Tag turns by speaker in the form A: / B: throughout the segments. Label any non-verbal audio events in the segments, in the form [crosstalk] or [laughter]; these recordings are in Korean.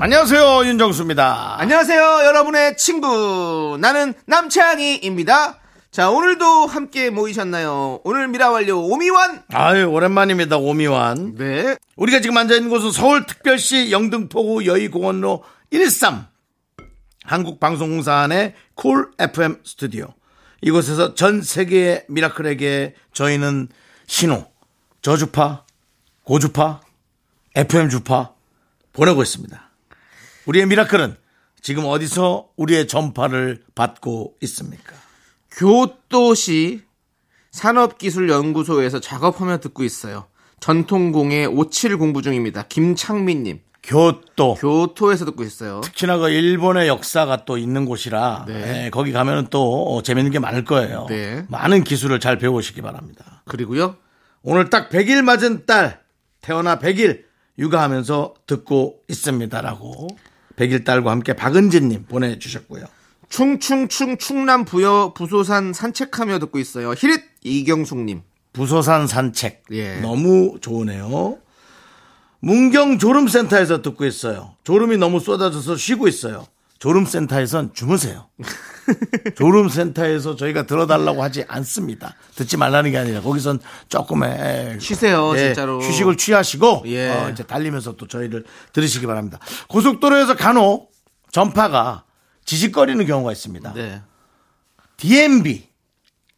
A: 안녕하세요 윤정수입니다
B: 안녕하세요, 여러분의 친구. 나는 남창희입니다. 자, 오늘도 함께 모이셨나요? 오늘 미라완료 오미완!
A: 아유 오랜만입니다 오미완
B: 네.
A: 우리가 지금 앉아있는 곳은 서울특별시 영등포구 여의공원로 113 한국방송공사 안의 콜 FM 스튜디오 이곳에서 전 세계의 미라클에게 저희는 신호 저주파 고주파 FM 주파 보내고 있습니다 우리의 미라클은 지금 어디서 우리의 전파를 받고 있습니까
B: 교토시 산업기술연구소에서 작업하며 듣고 있어요. 전통공예 57 공부 중입니다. 김창민님.
A: 교토
B: 교토에서 듣고 있어요.
A: 특히나 그 일본의 역사가 또 있는 곳이라
B: 네.
A: 예, 거기 가면은 또 어, 재밌는 게 많을 거예요.
B: 네.
A: 많은 기술을 잘 배우시기 바랍니다.
B: 그리고요.
A: 오늘 딱 100일 맞은 딸 태어나 100일 육아하면서 듣고 있습니다라고 100일 딸과 함께 박은진님 보내주셨고요.
B: 충충충 충남 부여 부소산 산책하며 듣고 있어요. 히릿 이경숙님.
A: 부소산 산책
B: 예.
A: 너무 좋으네요. 문경 졸음센터에서 듣고 있어요. 졸음이 너무 쏟아져서 쉬고 있어요. 졸음센터에선
B: [laughs]
A: 주무세요. 졸음센터에서 저희가 들어달라고 하지 않습니다. 듣지 말라는 게 아니라 거기선 조금의
B: 쉬세요,
A: 예,
B: 진짜로.
A: 휴식을 취하시고
B: 예.
A: 어, 이제 달리면서 또 저희를 들으시기 바랍니다. 고속도로에서 간혹 전파가 지직거리는 경우가 있습니다.
B: 네.
A: DMB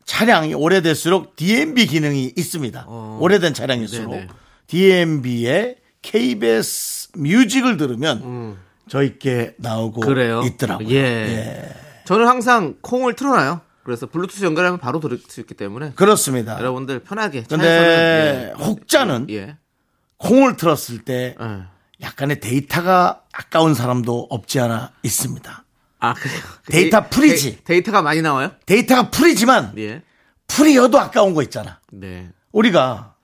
A: 차량이 오래될수록 DMB 기능이 있습니다. 오래된 차량일수록
B: 어. 네네.
A: DMB의 KBS 뮤직을 들으면 저희께 나오고
B: 음. 그래요?
A: 있더라고요. 네,
B: 예. 저는 항상 콩을 틀어놔요. 그래서 블루투스 연결하면 바로 들을 수 있기 때문에
A: 그렇습니다.
B: 여러분들 편하게 차에서는
A: 근데 혹자는
B: 예. 예.
A: 콩을 틀었을 때
B: 예.
A: 약간의 데이터가 아까운 사람도 없지 않아 있습니다.
B: 아 그래요.
A: [laughs]
B: 그
A: 데이터
B: 데이-
A: 풀이지.
B: 데이, 데이터가 많이 나와요?
A: 데이터가 풀이지만
B: 예.
A: 풀이어도 아까운 거 있잖아.
B: 네.
A: 우리가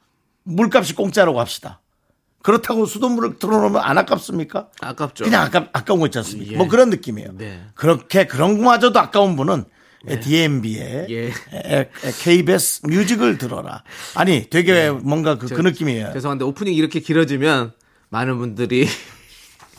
A: 물값이 공짜라고 합시다. 그렇다고 수돗물을 틀어놓으면 안 아깝습니까?
B: 아깝죠.
A: 그냥 아까, 아까운 거 있지 않습니까?
B: 그렇죠. 예.
A: 뭐 그런 느낌이에요.
B: 네.
A: 그렇게 그런 거마저도 아까운 분은 DMB의
B: 예.
A: KBS 뮤직을 들어라. 아니, 되게
B: 네.
A: 뭔가 그, 그 느낌이에요.
B: 죄송한데 오프닝 이렇게 길어지면 많은 분들이 [laughs]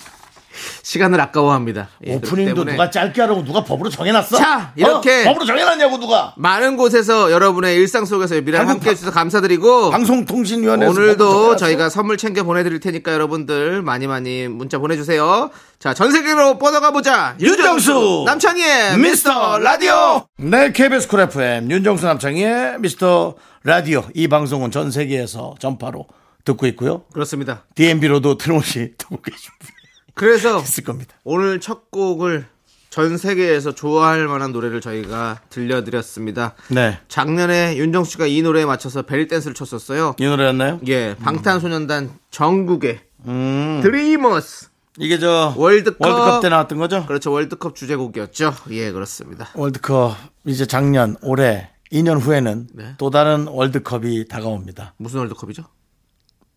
B: 시간을 아까워합니다. 예, 그렇기
A: 오프닝도
B: 때문에
A: 누가 짧게 하라고 누가 법으로 정해놨어?
B: 자,
A: 어?
B: 이렇게.
A: 법으로 정해놨냐고 누가?
B: 많은 곳에서 여러분의 일상 속에서 미라
A: 한국
B: 함께 해주셔서
A: 아,
B: 감사드리고
A: 방송통신위원회에서 법으로
B: 오늘도
A: 정해놨어?
B: 저희가 선물 챙겨 보내드릴 테니까 여러분들 많이 많이 문자 보내주세요. 자, 전 세계로 뻗어가 보자.
A: 윤정수
B: 남창희의 미스터 라디오.
A: 네, KBS 쿨 FM 윤정수 남창희의 미스터 라디오 이 방송은 전 세계에서 전파로 듣고 있고요.
B: 그렇습니다.
A: DMB로도 틀림없이 [laughs] 듣고 계실 분
B: 그래서
A: 있을 겁니다.
B: 오늘 첫 곡을 전 세계에서 좋아할 만한 노래를 저희가 들려드렸습니다.
A: 네,
B: 작년에 윤정수 씨가 이 노래에 맞춰서 베리 댄스를 췄었어요.
A: 이 노래였나요?
B: 예, 방탄소년단 정국의
A: 음.
B: 드리머스.
A: 이게 저
B: 월드컵.
A: 월드컵 때 나왔던 거죠?
B: 그렇죠. 월드컵 주제곡이었죠. 예, 그렇습니다.
A: 월드컵 이제 작년 올해 2년 후에는
B: 네.
A: 또 다른 월드컵이 다가옵니다.
B: 무슨 월드컵이죠?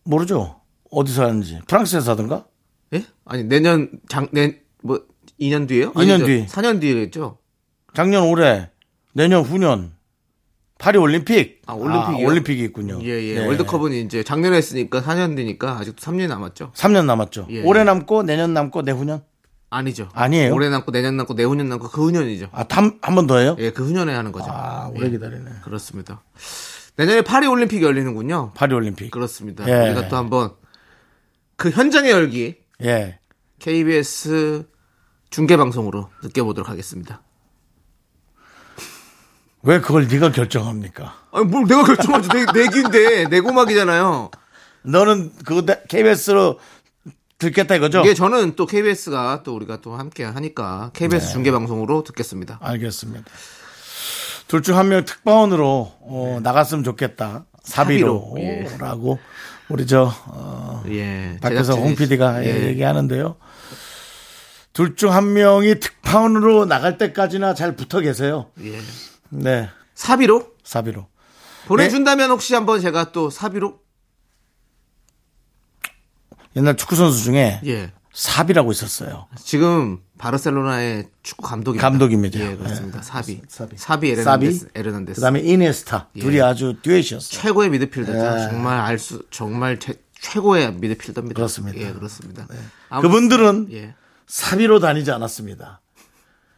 A: 모르죠? 어디서 하는지 프랑스에서 하던가?
B: 예? 아니 내년 장내뭐 2년 뒤에요?
A: 이년
B: 아니죠.
A: 뒤.
B: 4년 뒤겠죠.
A: 작년 올해 내년 후년 파리 올림픽
B: 아, 올림픽이요?
A: 올림픽이 있군요.
B: 예, 예.
A: 네.
B: 월드컵은 이제 작년에 했으니까 4년 뒤니까 아직도 3년 남았죠.
A: 3년 남았죠.
B: 예.
A: 올해 남고 내년 남고 내후년?
B: 아니죠.
A: 아니에요?
B: 올해 남고 내년 남고 내후년 남고 그 후년이죠.
A: 아, 한 번 더예요?
B: 예, 그 후년에 하는 거죠.
A: 아, 오래 기다리네.
B: 그렇습니다. 내년에 파리 올림픽이 열리는군요.
A: 파리 올림픽.
B: 그렇습니다.
A: 예.
B: 우리가 또 한번 그 현장의 열기
A: 예.
B: KBS 중계 방송으로 느껴보도록 하겠습니다.
A: 왜 그걸 네가 결정합니까?
B: 아니 뭘 내가 결정하지 내, 내 귀인데 내 고막이잖아요.
A: 너는 그거 다- KBS로 듣겠다 이거죠?
B: 이게 저는 또 KBS가 또 우리가 또 함께 하니까 KBS
A: 네.
B: 중계 방송으로 듣겠습니다.
A: 알겠습니다. 둘 중 한 명 특파원으로 어, 나갔으면 좋겠다. 사비로라고
B: 네. 사비로. 예.
A: 우리 저 어,
B: 예.
A: 밖에서 홍
B: 제작진이-
A: PD가
B: 예.
A: 얘기하는데요. 둘 중 한 명이 특파원으로 나갈 때까지나 잘 붙어 계세요.
B: 예.
A: 네.
B: 사비로
A: 사비로.
B: 보내준다면 혹시 한번 제가 또 사비로
A: 옛날 축구선수 중에
B: 예
A: 사비라고 있었어요.
B: 지금 바르셀로나의 축구 감독입니다.
A: 감독입니다.
B: 예 그렇습니다.
A: 예,
B: 사비
A: 사비.
B: 사비, 에르난데스 에르난데스 예.
A: 그다음에 이네스타. 둘이 아주 듀엣이었어요.
B: 최고의 미드필더죠. 정말 알 수 정말 최, 최고의 미드필더입니다.
A: 예. 그렇습니다. 네.
B: 예 그렇습니다. 아무-
A: 그분들은
B: 예.
A: 사비로 다니지 않았습니다.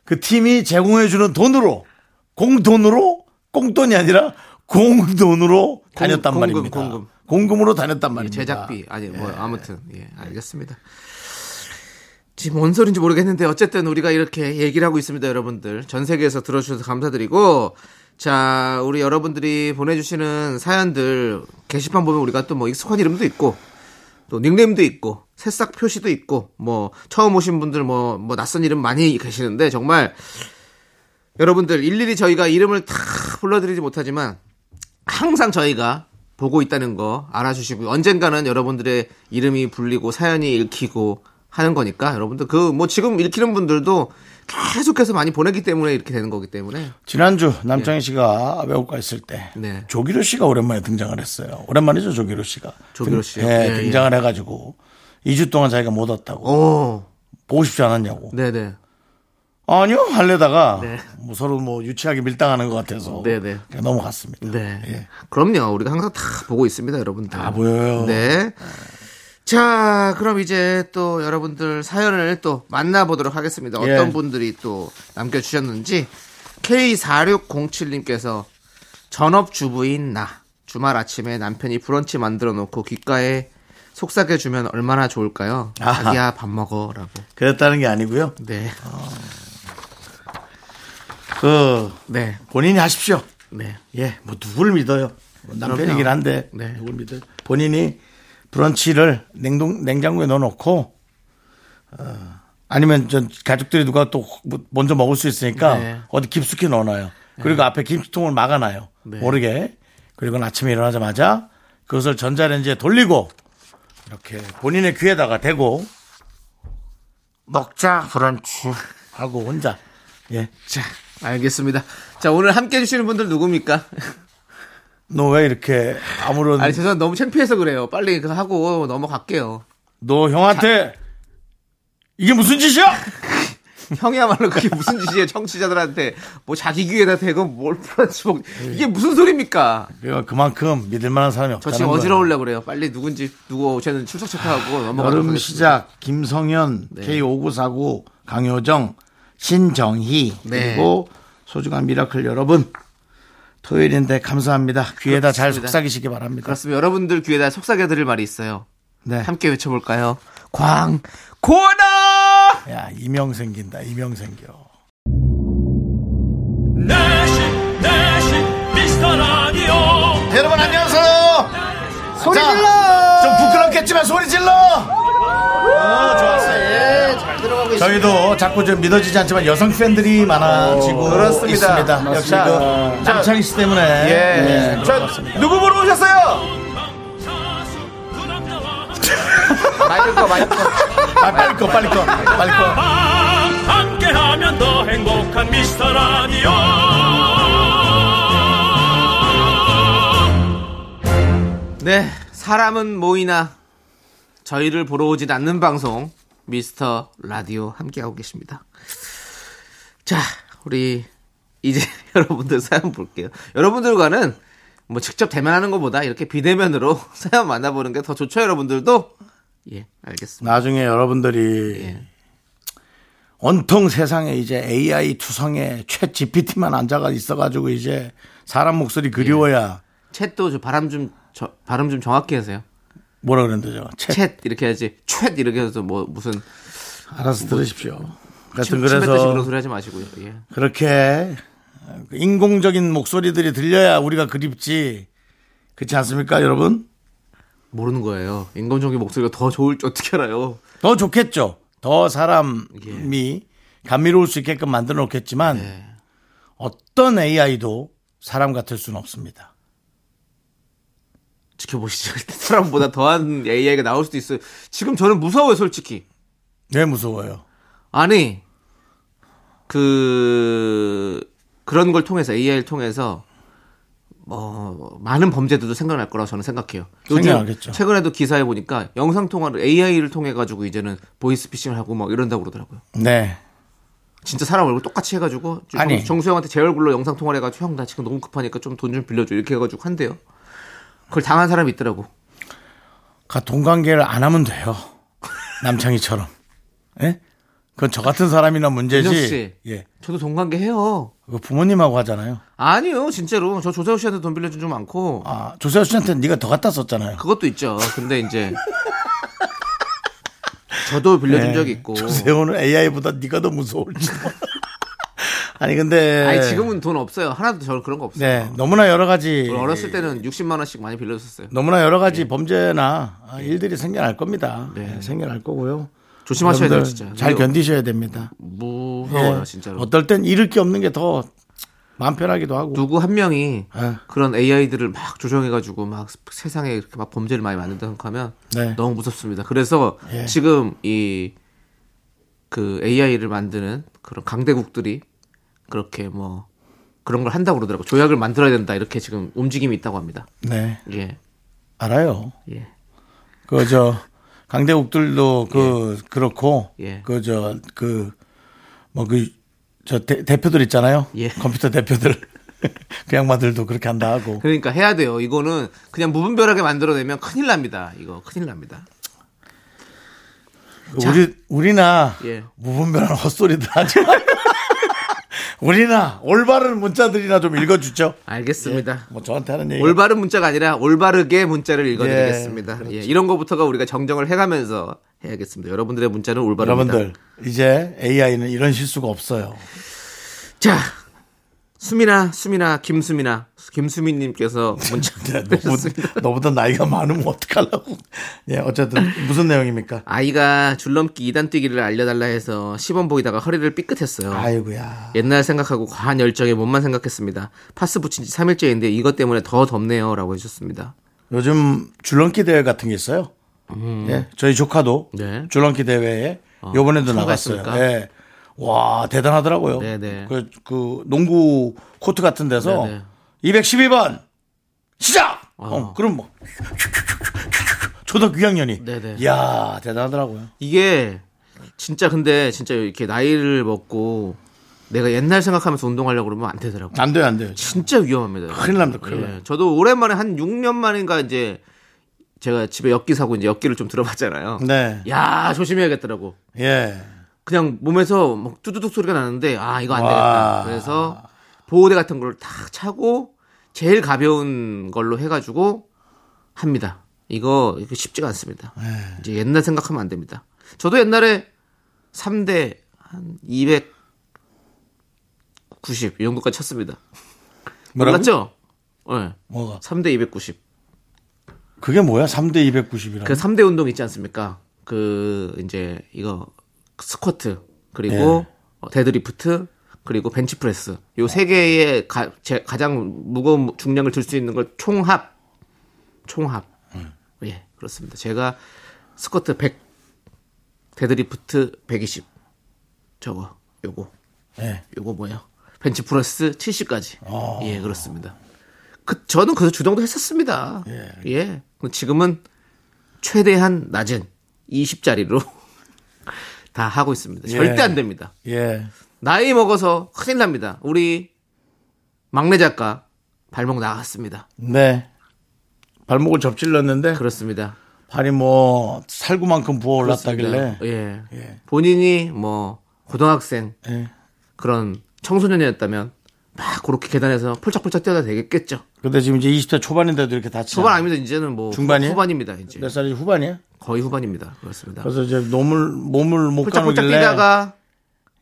A: 그 팀이 제공해주는 돈으로 공돈으로 공돈이 아니라 공돈으로 다녔단
B: 공금,
A: 말입니다.
B: 공금.
A: 으로 다녔단 말입니다.
B: 제작비 아니 뭐 아무튼 예 알겠습니다. 지금 뭔 소린지 모르겠는데 어쨌든 우리가 이렇게 얘기를 하고 있습니다 여러분들 전 세계에서 들어주셔서 감사드리고 자 우리 여러분들이 보내주시는 사연들 게시판 보면 우리가 또 뭐 익숙한 이름도 있고 또 닉네임도 있고 새싹 표시도 있고 뭐 처음 오신 분들 뭐 뭐 낯선 이름 많이 계시는데 정말 여러분들 일일이 저희가 이름을 다 불러드리지 못하지만 항상 저희가 보고 있다는 거 알아주시고 언젠가는 여러분들의 이름이 불리고 사연이 읽히고 하는 거니까 여러분들 그 뭐 지금 읽히는 분들도 계속해서 많이 보내기 때문에 이렇게 되는 거기 때문에
A: 지난주 남창희 씨가 외국가 있을 때
B: 네.
A: 조기로 씨가 오랜만에 등장을 했어요. 오랜만이죠 조기로 씨가. 등-
B: 조기로 씨요?
A: 예, 어?
B: 예,
A: 등장을 해가지고 2주 동안 자기가 못 왔다고
B: 오
A: 보고 싶지 않았냐고.
B: 네네
A: 아니요 할래다가
B: 네.
A: 뭐 서로 뭐 유치하게 밀당하는 것 같아서
B: 네, 네.
A: 그냥 넘어갔습니다.
B: 네
A: 예.
B: 그럼요 우리가 항상 다 보고 있습니다 여러분들
A: 다 보여요.
B: 네. 자, 그럼 이제 또 여러분들 사연을 또 만나보도록 하겠습니다. 어떤
A: 예.
B: 분들이 또 남겨주셨는지. K4607님께서 전업주부인 나. 주말 아침에 남편이 브런치 만들어 놓고 귓가에 속삭여주면 얼마나 좋을까요?
A: 아하.
B: 자기야 밥 먹어. 라고.
A: 그랬다는 게 아니고요.
B: 네.
A: 그
B: 네.
A: 본인이 하십시오.
B: 네.
A: 예, 뭐 누굴 믿어요? 뭐 남편이긴
B: 그럼요.
A: 한데
B: 네.
A: 누굴 믿어요? 본인이 브런치를 냉동 냉장고에 넣어놓고 어, 아니면 전 가족들이 누가 또 뭐- 먼저 먹을 수 있으니까
B: 네.
A: 어디 깊숙이 넣어놔요. 그리고 앞에 김치통을 막아놔요.
B: 네.
A: 모르게. 그리고 아침에 일어나자마자 그것을 전자레인지에 돌리고 이렇게 본인의 귀에다가 대고 먹자 브런치 하고 혼자 예.
B: 자, 알겠습니다. 자, 오늘 함께 해주시는 분들 누굽니까?
A: 너 왜 이렇게 아무런
B: 아니, 죄송합니다. 너무 창피해서 그래요. 빨리 그거 하고 넘어갈게요.
A: 너 형한테 이게 무슨 짓이야?
B: 형이야말로 그게 무슨 짓이에요 청취자들한테 뭐 자기 귀에다 대고 뭘 풀어치 먹 이게 무슨 소리입니까
A: 그러니까 그만큼 믿을 만한 사람이
B: 저
A: 없다는
B: 지금
A: 거예요.
B: 어지러울려 그래요 빨리 누군지 누구 오셨는지 출석 체크하고 넘어가도록
A: 여름
B: 하겠습니다 네.
A: 시작 김성현 K5949 강효정 신정희
B: 네.
A: 그리고 소중한 미라클 여러분 토요일인데 감사합니다. 귀에다 잘
B: 그렇습니다.
A: 속삭이시기 바랍니다.
B: 그렇습니다 여러분들 귀에다 속삭여드릴 말이 있어요
A: 네.
B: 함께 외쳐볼까요 광고나
A: 야 이명 생긴다. 이명 생겨.
C: 네 내시 네 내시 미스터 라디오
A: 여러분 안녕하세요. 소리 질러. 좀 부끄럽겠지만 소리 질러. 어, 좋았어요. 예, 저희도 자꾸 좀 믿어지지 않지만 여성 팬들이 많아지고
B: 그렇습니다.
A: 있습니다. 역시 그 남창희 씨 때문에
B: 예.
A: 예,
B: 저 누구 보러 오셨어요 마이크 마이크
A: 아, 빨리 꺼 빨리 꺼 빨리 꺼
C: 아, 함께하면 더 행복한 미스터 라디오
B: 네, 사람은 모이나 저희를 보러 오진 않는 방송 미스터 라디오 함께하고 계십니다. 자, 우리 이제 [laughs] 여러분들 사연 볼게요. 여러분들과는 뭐 직접 대면하는 것보다 이렇게 비대면으로 [laughs] 사연 만나보는 게 더 좋죠, 여러분들도. 예, 알겠습니다.
A: 나중에 여러분들이
B: 예.
A: 온통 세상에 이제 AI 투성에 최 GPT만 앉아가 있어가지고 이제 사람 목소리 그리워야
B: 예. 챗도 저 바람 좀 저- 발음 좀 정확히 하세요.
A: 뭐라 그랬는데요? 채
B: 챗 이렇게 해야지. 챗 이렇게 해서 뭐 무슨
A: 알아서 들으십시오.
B: 침,
A: 하여튼
B: 그뜻이
A: 그래서
B: 그런 소리 하지 마시고요. 예.
A: 그렇게 인공적인 목소리들이 들려야 우리가 그립지 그렇지 않습니까 여러분?
B: 모르는 거예요. 인공적인 목소리가 더 좋을지 어떻게 알아요?
A: 더 좋겠죠. 더
B: 예.
A: 사람이 감미로울 수 있게끔 만들어 놓겠지만 어떤 AI도 사람 같을 수는 없습니다.
B: 지켜보시죠. [laughs] 사람보다 더한 AI가 나올 수도 있어요. 지금 저는 무서워요, 솔직히.
A: 왜 무서워요?
B: 아니 그 그런 걸 통해서 AI를 통해서 뭐 많은 범죄들도 생겨날 거라고 저는 생각해요.
A: 생겨나겠죠.
B: 최근에도 기사에 보니까 영상 통화를 AI를 통해 가지고 이제는 보이스피싱을 하고 막 이런다고 그러더라고요.
A: 네.
B: 진짜 사람 얼굴 똑같이 해가지고 정-
A: 아니.
B: 정수영한테 제 얼굴로 영상 통화를 해가지고 형 나 지금 너무 급하니까 좀 돈 좀 빌려줘 이렇게 해가지고 한대요. 그걸 당한 사람이 있더라고.
A: 가 동관계를 안 하면 돼요. 남창희처럼. [laughs] 예? 그건 저 같은 사람이나
B: 민정
A: 문제지.
B: 씨.
A: 예.
B: 저도 동관계 해요.
A: 그거 부모님하고 하잖아요.
B: 아니요 진짜로 저 조세호 씨한테 돈 빌려준 적 많고
A: 아, 조세호 씨한테 네가 더 갖다 썼잖아요.
B: 그것도 있죠.
A: [laughs]
B: 근데 이제 저도 빌려준
A: 예.
B: 적이 있고.
A: 조세호는 AI보다 네가 더 무서울지. [laughs] 아니 근데
B: 아니 지금은 돈 없어요. 하나도 저는 그런 거 없어요.
A: 네 너무나 여러 가지
B: 어렸을 때는 네. 60만 원씩 많이 빌려줬어요.
A: 너무나 여러 가지 범죄나 아, 일들이 생겨날 겁니다. 예, 생겨날 거고요.
B: 네. 조심하셔야 돼요,
A: 여러분들
B: 진짜.
A: 잘
B: 근데
A: 견디셔야 됩니다.
B: 무서워요,
A: 예.
B: 진짜로.
A: 어떨 땐 잃을 게 없는 게 더 마음 편하기도 하고.
B: 누구 한 명이
A: 예.
B: 그런 AI들을 막 조정해가지고 막 세상에 이렇게 막 범죄를 많이 만든다 생각하면
A: 네.
B: 너무 무섭습니다. 그래서
A: 예.
B: 지금 이 그 AI를 만드는 그런 강대국들이 그렇게 뭐 그런 걸 한다고 그러더라고. 조약을 만들어야 된다 이렇게 지금 움직임이 있다고 합니다.
A: 네
B: 예,
A: 알아요.
B: 예.
A: 그 저 강대국들도 그 그렇고
B: 예.
A: 그 저 그 뭐 그 저 대표들 있잖아요.
B: 예.
A: 컴퓨터 대표들 [laughs] 그 양반들도 그렇게 한다 하고
B: 그러니까 해야 돼요. 이거는 그냥 무분별하게 만들어내면 큰일 납니다. 이거 큰일 납니다.
A: 예.
B: 그 자.
A: 우리 우리나
B: 예.
A: 무분별한 헛소리들 하지 마. [laughs] 우리나 올바른 문자들이나 좀 읽어주죠.
B: 알겠습니다.
A: 뭐 저한테 하는 얘기.
B: 올바른 문자가 아니라 올바르게 문자를 읽어드리겠습니다.
A: 예,
B: 예, 이런 것부터가 우리가 정정을 해가면서 해야겠습니다. 여러분들의 문자는 올바릅니다.
A: 여러분들 이제 AI는 이런 실수가 없어요.
B: 자, 수미나, 수미나, 김수미나, 김수미님께서
A: [laughs]
B: 문자 [laughs] 보내셨습니다.
A: 너보다, 너보다 나이가 많으면 어떡하려고. 예, 어쨌든 무슨 내용입니까?
B: 아이가 줄넘기 2단 뛰기를 알려달라 해서 시범 보이다가 허리를 삐끗했어요.
A: 아이고야.
B: 옛날 생각하고 과한 열정에 몸만 생각했습니다. 파스 붙인 지 3일째인데 이것 때문에 더 덥네요. 라고 해주셨습니다.
A: 요즘 줄넘기 대회 같은 게 있어요. 예, 저희 조카도
B: 음. 네.
A: 줄넘기 대회에 요번에도 나갔어요.
B: 참가했습니까?
A: 예. 와, 대단하더라고요.
B: 네, 네.
A: 그, 그 농구 코트 같은 데서
B: 네, 아.
A: 212번 시작! 어, 그럼 뭐. 초등학교 2학년이.
B: 네, 네.
A: 이야, 대단하더라고요.
B: 이게 진짜 근데 진짜 이렇게 나이를 먹고 내가 옛날 생각하면서 운동하려고 그러면 안 되더라고요.
A: 안 돼요, 안 돼요.
B: 진짜 위험합니다.
A: 큰일 납니다, 큰일
B: 예,
A: 나요.
B: 저도 오랜만에 한 6년 만인가 이제 제가 집에 엿기 사고 이제 엿기를 좀 들어봤잖아요.
A: 네.
B: 야 조심해야겠더라고.
A: 예.
B: 그냥 몸에서 막 뚜두둑 소리가 나는데 아 이거 안
A: 와.
B: 되겠다. 그래서 보호대 같은 걸 탁 차고 제일 가벼운 걸로 해가지고 합니다. 이거, 이거 쉽지가 않습니다.
A: 네. 예.
B: 이제 옛날 생각하면 안 됩니다. 저도 옛날에 3대 한 290 이 정도까지 쳤습니다.
A: 뭐라고?
B: 몰랐죠? 예.
A: 뭐가?
B: 3대 290.
A: 그게 뭐야? 3대 290이라는.
B: 그 3대 운동 있지 않습니까? 그 이제 이거 스쿼트
A: 네.
B: 그리고 어, 데드리프트 그리고 벤치프레스 요 세 개의 가, 장 무거운 중량을 들 수 있는 걸 총합 총합
A: 음.
B: 예 그렇습니다. 제가 스쿼트 100 데드리프트 120 저거 요거
A: 예.
B: 요거 뭐예요? 벤치프레스 70까지
A: 아.
B: 예 그렇습니다. 그 저는 그래서 주정도 했었습니다. 예. 근데 지금은 최대한 낮은 20짜리로 [laughs] 다 하고 있습니다. 절대 안 됩니다.
A: 예.
B: 나이 먹어서 큰일 납니다. 우리 막내 작가 발목 나갔습니다.
A: 네. 발목을 접질렀는데
B: 그렇습니다.
A: 발이 뭐 살구만큼 부어올랐다길래
B: 예.
A: 예.
B: 본인이 뭐 고등학생
A: 예.
B: 그런 청소년이었다면 막 그렇게 계단에서 펄쩍펄쩍 뛰어다 되겠겠죠.
A: 근데 지금 이제 20대 초반인데도 이렇게 다치죠
B: 초반 아닙니다. 이제는 뭐
A: 중반이에요?
B: 후반입니다. 이제
A: 몇 살이 후반이야?
B: 거의 후반입니다. 그렇습니다.
A: 그래서 이제 몸을 몸을 못
B: 폴짝폴짝
A: 가누길래
B: 뛰다가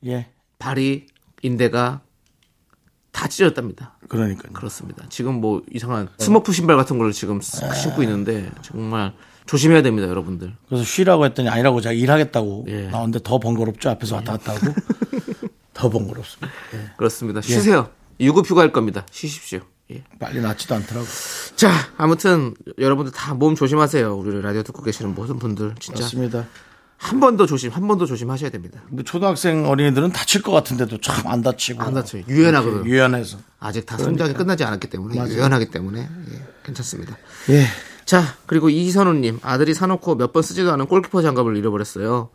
A: 예
B: 발이 인대가 다 찢어졌답니다.
A: 그러니까 요
B: 그렇습니다. 지금 뭐 이상한 스머프 신발 같은 걸 지금 쓰-
A: 네.
B: 신고 있는데 정말 조심해야 됩니다, 여러분들.
A: 그래서 쉬라고 했더니 아니라고 제가 일하겠다고
B: 예.
A: 나오는데 더 번거롭죠 앞에서 왔다 갔다 하고 [laughs] 더 번거롭습니다 예.
B: 그렇습니다. 쉬세요. 유급 휴가일 겁니다. 쉬십시오. 예.
A: 빨리 낫지도 않더라고
B: 자, 아무튼 여러분들 다 몸 조심하세요. 우리 라디오 듣고 계시는 모든 분들 진짜
A: 맞습니다
B: 한 번 더 조심, 한 번 더 조심하셔야 됩니다.
A: 근데 초등학생 어린이들은 다칠 것 같은데도 참 안 다치고. 예,
B: 안 다쳐요. 유연하거든요.
A: 유연해서.
B: 아직 다 성장이 끝나지 않았기 때문에 유연하기 때문에 예, 괜찮습니다.
A: 예.
B: 자 그리고 이선우님 아들이 사놓고 몇 번 쓰지도 않은 골키퍼 장갑을 잃어버렸어요.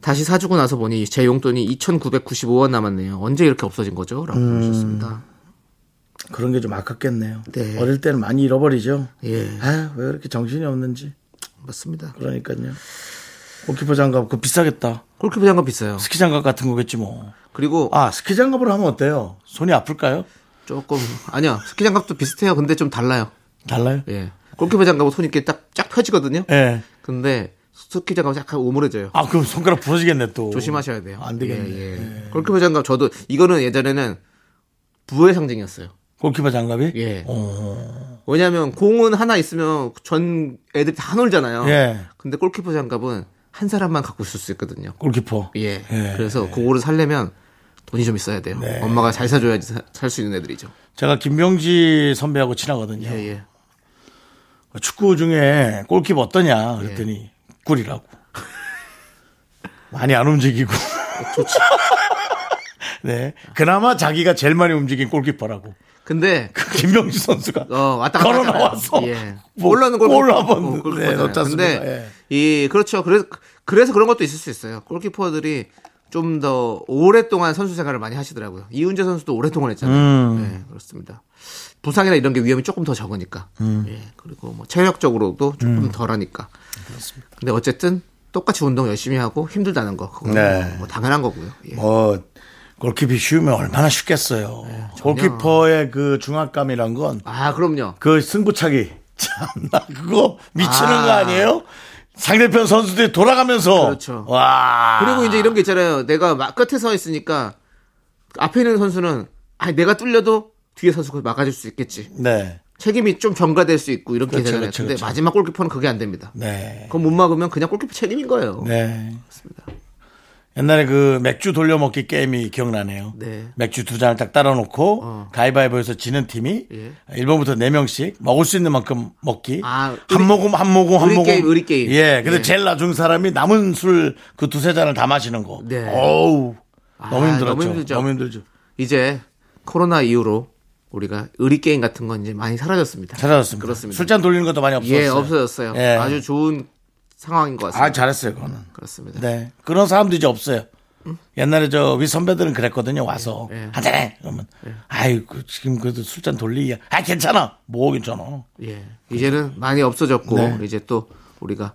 B: 다시 사주고 나서 보니 제 용돈이 2,995원 남았네요. 언제 이렇게 없어진 거죠? 라고
A: 음.
B: 보내주셨습니다.
A: 그런 게 좀 아깝겠네요.
B: 네.
A: 어릴 때는 많이 잃어버리죠.
B: 예.
A: 아, 왜 이렇게 정신이 없는지.
B: 맞습니다.
A: 그러니까요. 골키퍼 장갑 그거 비싸겠다.
B: 골키퍼 장갑 비싸요.
A: 스키 장갑 같은 거겠지 뭐.
B: 그리고
A: 아, 스키 장갑으로 하면 어때요? 손이 아플까요?
B: 조금 아니야 스키 장갑도 비슷해요. 근데 좀 달라요.
A: 달라요? 예.
B: 예. 골키퍼 장갑은 손이 이렇게 딱 쫙 펴지거든요. 근데 스키 장갑은 약간 오므려져요.
A: 아, 그럼 손가락 부러지겠네 또.
B: 조심하셔야 돼요.
A: 안 되겠네.
B: 예, 예. 골키퍼 장갑 저도 이거는 예전에는 부의 상징이었어요.
A: 골키퍼 장갑이?
B: 예.
A: 어.
B: 왜냐하면 공은 하나 있으면 전 애들이 다 놀잖아요.
A: 예.
B: 근데 골키퍼 장갑은 한 사람만 갖고 있을 수 있거든요.
A: 골키퍼.
B: 예.
A: 예. 네.
B: 그래서 그거를 살려면 돈이 좀 있어야 돼요. 엄마가 잘 사줘야지 살 수 있는 애들이죠.
A: 제가 김병지 선배하고 친하거든요.
B: 예, 예.
A: 축구 중에 골키퍼 어떠냐 그랬더니
B: 예.
A: 꿀이라고. 많이 안 움직이고. [laughs] 네. 그나마 자기가 제일 많이 움직인 골키퍼라고.
B: 근데
A: 그 김병지 선수가
B: 어, 왔다 갔다
A: 걸어
B: 하잖아요.
A: 나와서
B: 예.
A: 뭐
B: 올라는 골
A: 골
B: 골-
A: 한번
B: 어, 골키퍼잖아요.
A: 네, 넣지 않습니다.
B: 근데
A: 예.
B: 이 그렇죠. 그래서 그래서 그런 것도 있을 수 있어요. 골키퍼들이 좀 더 오랫동안 선수 생활을 많이 하시더라고요. 이훈재 선수도 오랫동안 했잖아요.
A: 음.
B: 예, 그렇습니다. 부상이나 이런 게 위험이 조금 더 적으니까.
A: 음.
B: 예, 그리고 뭐 체력적으로도 조금 덜하니까. 근데 어쨌든 똑같이 운동 열심히 하고 힘들다는 거 그건
A: 네.
B: 뭐 당연한 거고요. 예.
A: 뭐 골키퍼 쉬우면 얼마나 쉽겠어요.
B: 네,
A: 골키퍼의 그 중압감이란 건 그
B: 아 그럼요.
A: 승부차기 [laughs] 참나 그거 미치는
B: 아.
A: 거 아니에요? 상대편 선수들이 돌아가면서
B: 그렇죠.
A: 와
B: 그리고 이제 이런 게 있잖아요. 내가 막 끝에 서 있으니까 앞에 있는 선수는 아 내가 뚫려도 뒤에 선수가 막아줄 수 있겠지.
A: 네
B: 책임이 좀 전가될 수 있고 이런 게
A: 그렇죠,
B: 되잖아요.
A: 그렇죠,
B: 근데
A: 그렇죠.
B: 마지막 골키퍼는 그게 안 됩니다.
A: 네.
B: 그건 못 막으면 그냥 골키퍼 책임인 거예요.
A: 네. 옛날에 그 맥주 돌려먹기 게임이 기억나네요.
B: 네. 어.
A: 맥주 두 잔을 딱 따라놓고 가위바위보에서 지는 팀이
B: 예.
A: 1번부터 4명씩 먹을 수 있는 만큼 먹기.
B: 아,
A: 한
B: 의리-
A: 모금 한 모금 한
B: 의리
A: 모금.
B: 게임, 의리 게임.
A: 예. 근데
B: 예.
A: 제일 나중 사람이 남은 술 그 두세 잔을 다 마시는 거.
B: 네.
A: 어우. 너무
B: 아,
A: 힘들었죠.
B: 너무 힘들죠.
A: 힘들죠.
B: 이제 코로나 이후로 우리가 의리 게임 같은 건 이제 많이 사라졌습니다.
A: 잘하셨습니다.
B: 그렇습니다.
A: 술잔 돌리는 것도 많이 없었어요.
B: 예, 없어졌어요.
A: 예.
B: 아주 좋은 상황인 것 같습니다.
A: 아, 잘했어요, 그거는.
B: 그렇습니다.
A: 네. 그런 사람도 이제 없어요. 옛날에 저 위 선배들은 그랬거든요. 와서
B: 예.
A: 한잔해 그러면 아이고 지금 그래도 술잔 돌리기야. 아 괜찮아. 뭐 괜찮아.
B: 예. 이제는 많이 없어졌고
A: 네.
B: 이제 또 우리가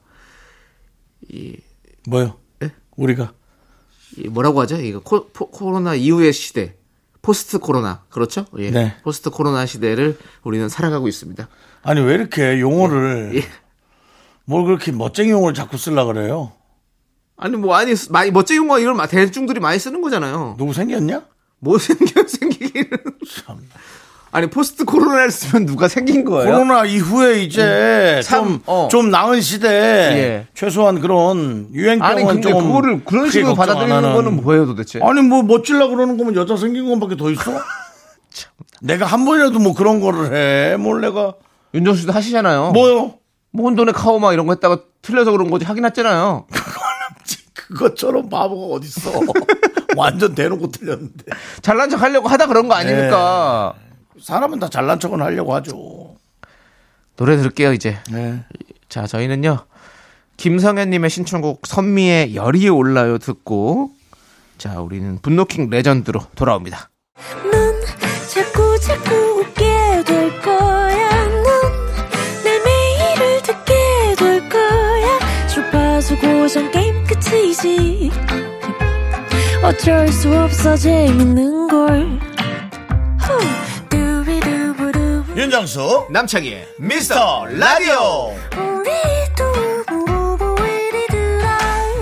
B: 이,
A: 뭐요?
D: 예?
A: 우리가
B: 이 뭐라고 하죠? 이거 코, 로나 이후의 시대. 포스트 코로나. 그렇죠? 예.
A: 네.
B: 포스트 코로나 시대를 우리는 살아가고 있습니다.
A: 아니 왜 이렇게 용어를
B: 예.
A: 뭘 그렇게 멋쟁이 용어를 자꾸 쓰려 그래요?
B: 아니 뭐 아니 쓰- 많이 멋쟁이 용어 이런 마- 대중들이 많이 쓰는 거잖아요.
A: 누구 생겼냐?
B: 뭐 생겨 [laughs] 생기기는
A: 참.
B: 아니 포스트 코로나를 쓰면 누가 생긴 거예요?
A: 코로나 이후에
D: 음,
A: 이제
B: 참,
A: 좀 좀
B: 어.
A: 나은 시대에
B: 예.
A: 최소한 그런 유행병은
D: 아니 근데
A: 조금
D: 그거를 그런
A: 크게
D: 식으로
A: 걱정 안
D: 받아들이는
A: 하는.
D: 거는 뭐예요 도대체?
A: 아니 뭐 멋질라 그러는 거면 여자 생긴 것밖에 더
D: [laughs]
A: 있어? 내가 한 번이라도 뭐 그런 거를 해. 뭘 내가
D: 윤정수 씨도 하시잖아요.
A: 뭐요?
D: 뭐 혼돈의 카오 막 이런 거 했다가 틀려서 그런 거지 하긴 했잖아요.
A: 그것처럼 바보가 어딨어.
D: [laughs]
A: [laughs] 완전 대놓고 틀렸는데.
D: 잘난 척 하려고 하다 그런 거 아닙니까?
A: 네. 사람은 다 잘난 척은 하려고 하죠.
D: 노래 들을게요 이제.
A: 네.
D: 자 저희는요 김성현님의 신청곡 선미의 열이 올라요 듣고 자 우리는 분노킹 레전드로 돌아옵니다.
E: 넌 자꾸 자꾸 웃게 될 거야. 넌내 매일을 듣게 될 거야. 주파수 고정 게임 끝이지. 어쩔 수 없어 재밌는 걸. 후. 두비두부두부.
A: 윤정수
D: 남창희의
A: 미스터 라디오.
E: 우리 두부부부 우리 두라.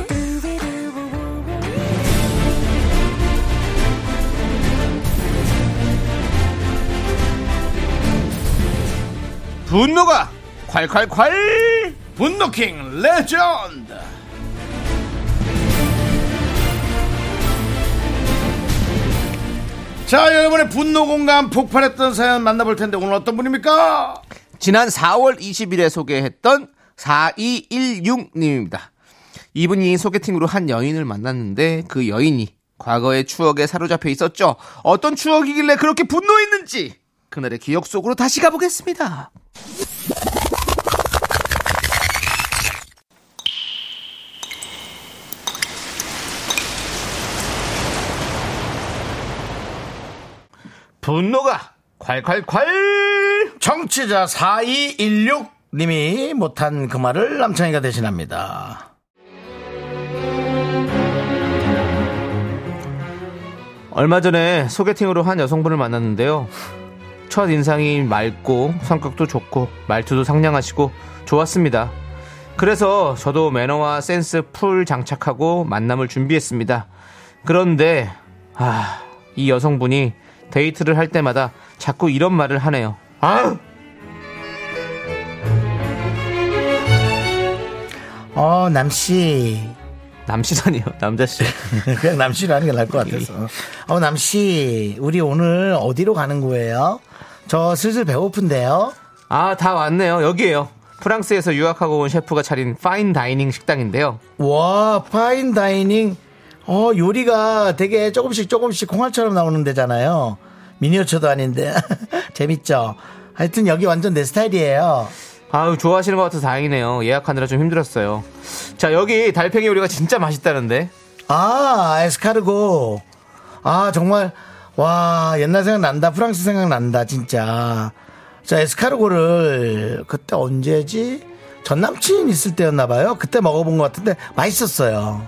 E: 두비두부부부.
D: 분노가 콸콸콸
A: 분노킹 레전드. 자, 여러분의 분노 공감 폭발했던 사연 만나볼 텐데 오늘 어떤 분입니까?
D: 지난 4월 20일에 소개했던 4216님입니다.
B: 이분이 소개팅으로 한 여인을 만났는데 그 여인이 과거의 추억에 사로잡혀 있었죠. 어떤 추억이길래 그렇게 분노했는지 그날의 기억 속으로 다시 가보겠습니다. 분노가 콸콸콸!
D: 정치자 4216님이 못한 그 말을 남창희가 대신합니다.
B: 얼마 전에 소개팅으로 한 여성분을 만났는데요. 첫 인상이 맑고 성격도 좋고 말투도 상냥하시고 좋았습니다. 그래서 저도 매너와 센스 풀 장착하고 만남을 준비했습니다. 그런데 아, 이 여성분이 데이트를 할 때마다 자꾸 이런 말을 하네요. 아,
D: 어, 남씨.
B: 남씨라니요, 남자씨.
D: 그냥 남씨로 하는 게 나을 것 같아서. 어, 남씨. 우리 오늘 어디로 가는 거예요? 저 슬슬 배고픈데요?
B: 아, 다 왔네요. 여기에요. 프랑스에서 유학하고 온 셰프가 차린 파인 다이닝 식당인데요.
D: 와, 파인 다이닝. 어, 요리가 되게 조금씩 조금씩 콩알처럼 나오는 데잖아요. 미니어처도 아닌데. [laughs] 재밌죠? 하여튼 여기 완전 내 스타일이에요.
B: 아유 좋아하시는 것 같아서 다행이네요 예약하느라 좀 힘들었어요 자 여기 달팽이 요리가 진짜 맛있다는데
D: 아, 에스카르고. 아, 정말. 와, 옛날 생각난다. 프랑스 생각난다, 진짜. 자, 에스카르고를 그때 언제지? 전 남친 있을 때였나봐요. 그때 먹어본 것 같은데 맛있었어요.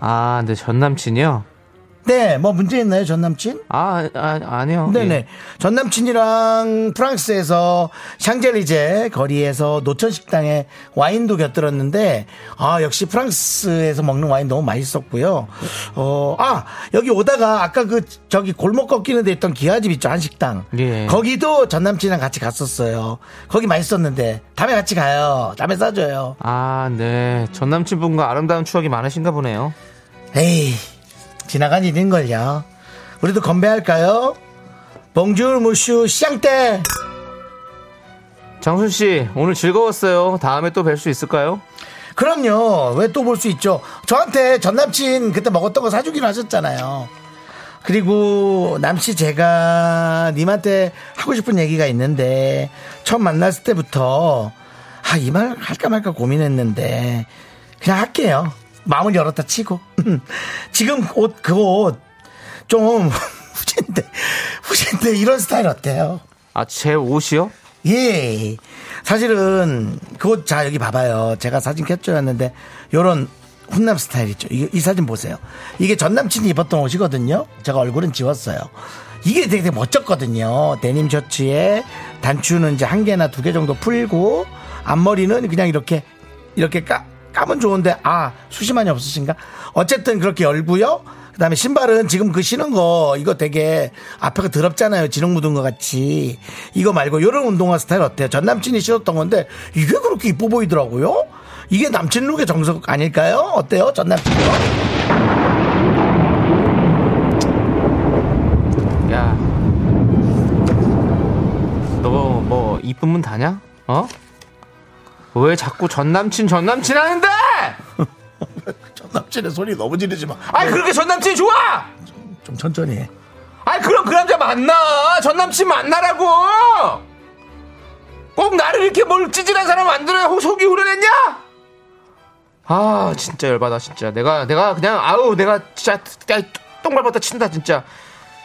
B: 아 근데 전 남친이요?
D: 네, 뭐 문제 있나요, 전 남친?
B: 아, 아 아니요
D: 네네.
B: 예.
D: 전 남친이랑 프랑스에서 샹젤리제 거리에서 노천 식당에 와인도 곁들었는데 아 역시 프랑스에서 먹는 와인 너무 맛있었고요. 어 아 여기 오다가 아까 그 저기 골목 꺾이는 데 있던 기아집 있죠 한식당.
B: 예.
D: 거기도 전 남친이랑 같이 갔었어요. 거기 맛있었는데 다음에 같이 가요. 다음에 싸줘요.
B: 아, 아네전 남친분과 아름다운 추억이 많으신가 보네요
D: 에이 지나간 일인걸요. 우리도 건배할까요? 봉줄 무슈 샹떼
B: 장순씨 오늘 즐거웠어요 다음에 또 뵐 수 있을까요?
D: 그럼요. 왜 또 볼 수 있죠? 저한테 전 남친 그때 먹었던 거 사주기로 하셨잖아요. 그리고 남씨 제가 님한테 하고 싶은 얘기가 있는데 처음 만났을 때부터 아, 이 말 할까 말까 고민했는데 그냥 할게요. 마음을 열었다 치고. [laughs] 지금 옷, 그 옷, 좀 [laughs] 후진데, 후진데 이런 스타일 어때요?
B: 아 제 옷이요?
D: 예. 사실은 그거 자 여기 봐봐요. 제가 사진 캡처했는데 요런 훈남 스타일 있죠. 이, 이 사진 보세요. 이게 전 남친이 입었던 옷이거든요. 제가 얼굴은 지웠어요. 이게 되게, 되게 멋졌거든요. 데님 셔츠에 단추는 이제 한 개나 두 개 정도 풀고 앞머리는 그냥 이렇게 이렇게 까, 까면 좋은데 아 수시만이 없으신가? 어쨌든 그렇게 열고요. 그다음에 신발은 지금 그 신은 거 이거 되게 앞에가 더럽잖아요. 진흙 묻은 것 같이 이거 말고 이런 운동화 스타일 어때요? 전 남친이 신었던 건데 이게 그렇게 이뻐 보이더라고요. 이게 남친 룩의 정석 아닐까요? 어때요, 전 남친?
B: 야너 뭐, 뭐 이쁜 분 다냐? 어? 왜 자꾸 전 남친 전 남친 하는데?
D: 전 남친의 소리 너무 지르지 마.
B: 아 그렇게 전 남친 좋아!
D: 좀 천천히 해.
B: 아이 그럼 그 남자 만나 전 남친 만나라고 꼭 나를 이렇게 뭘 찌질한 사람 만들어야 혹 속이 후련했냐 아 진짜 열받아 진짜 내가 내가 그냥 아우 내가 진짜 야, 똥 밟았다 친다 진짜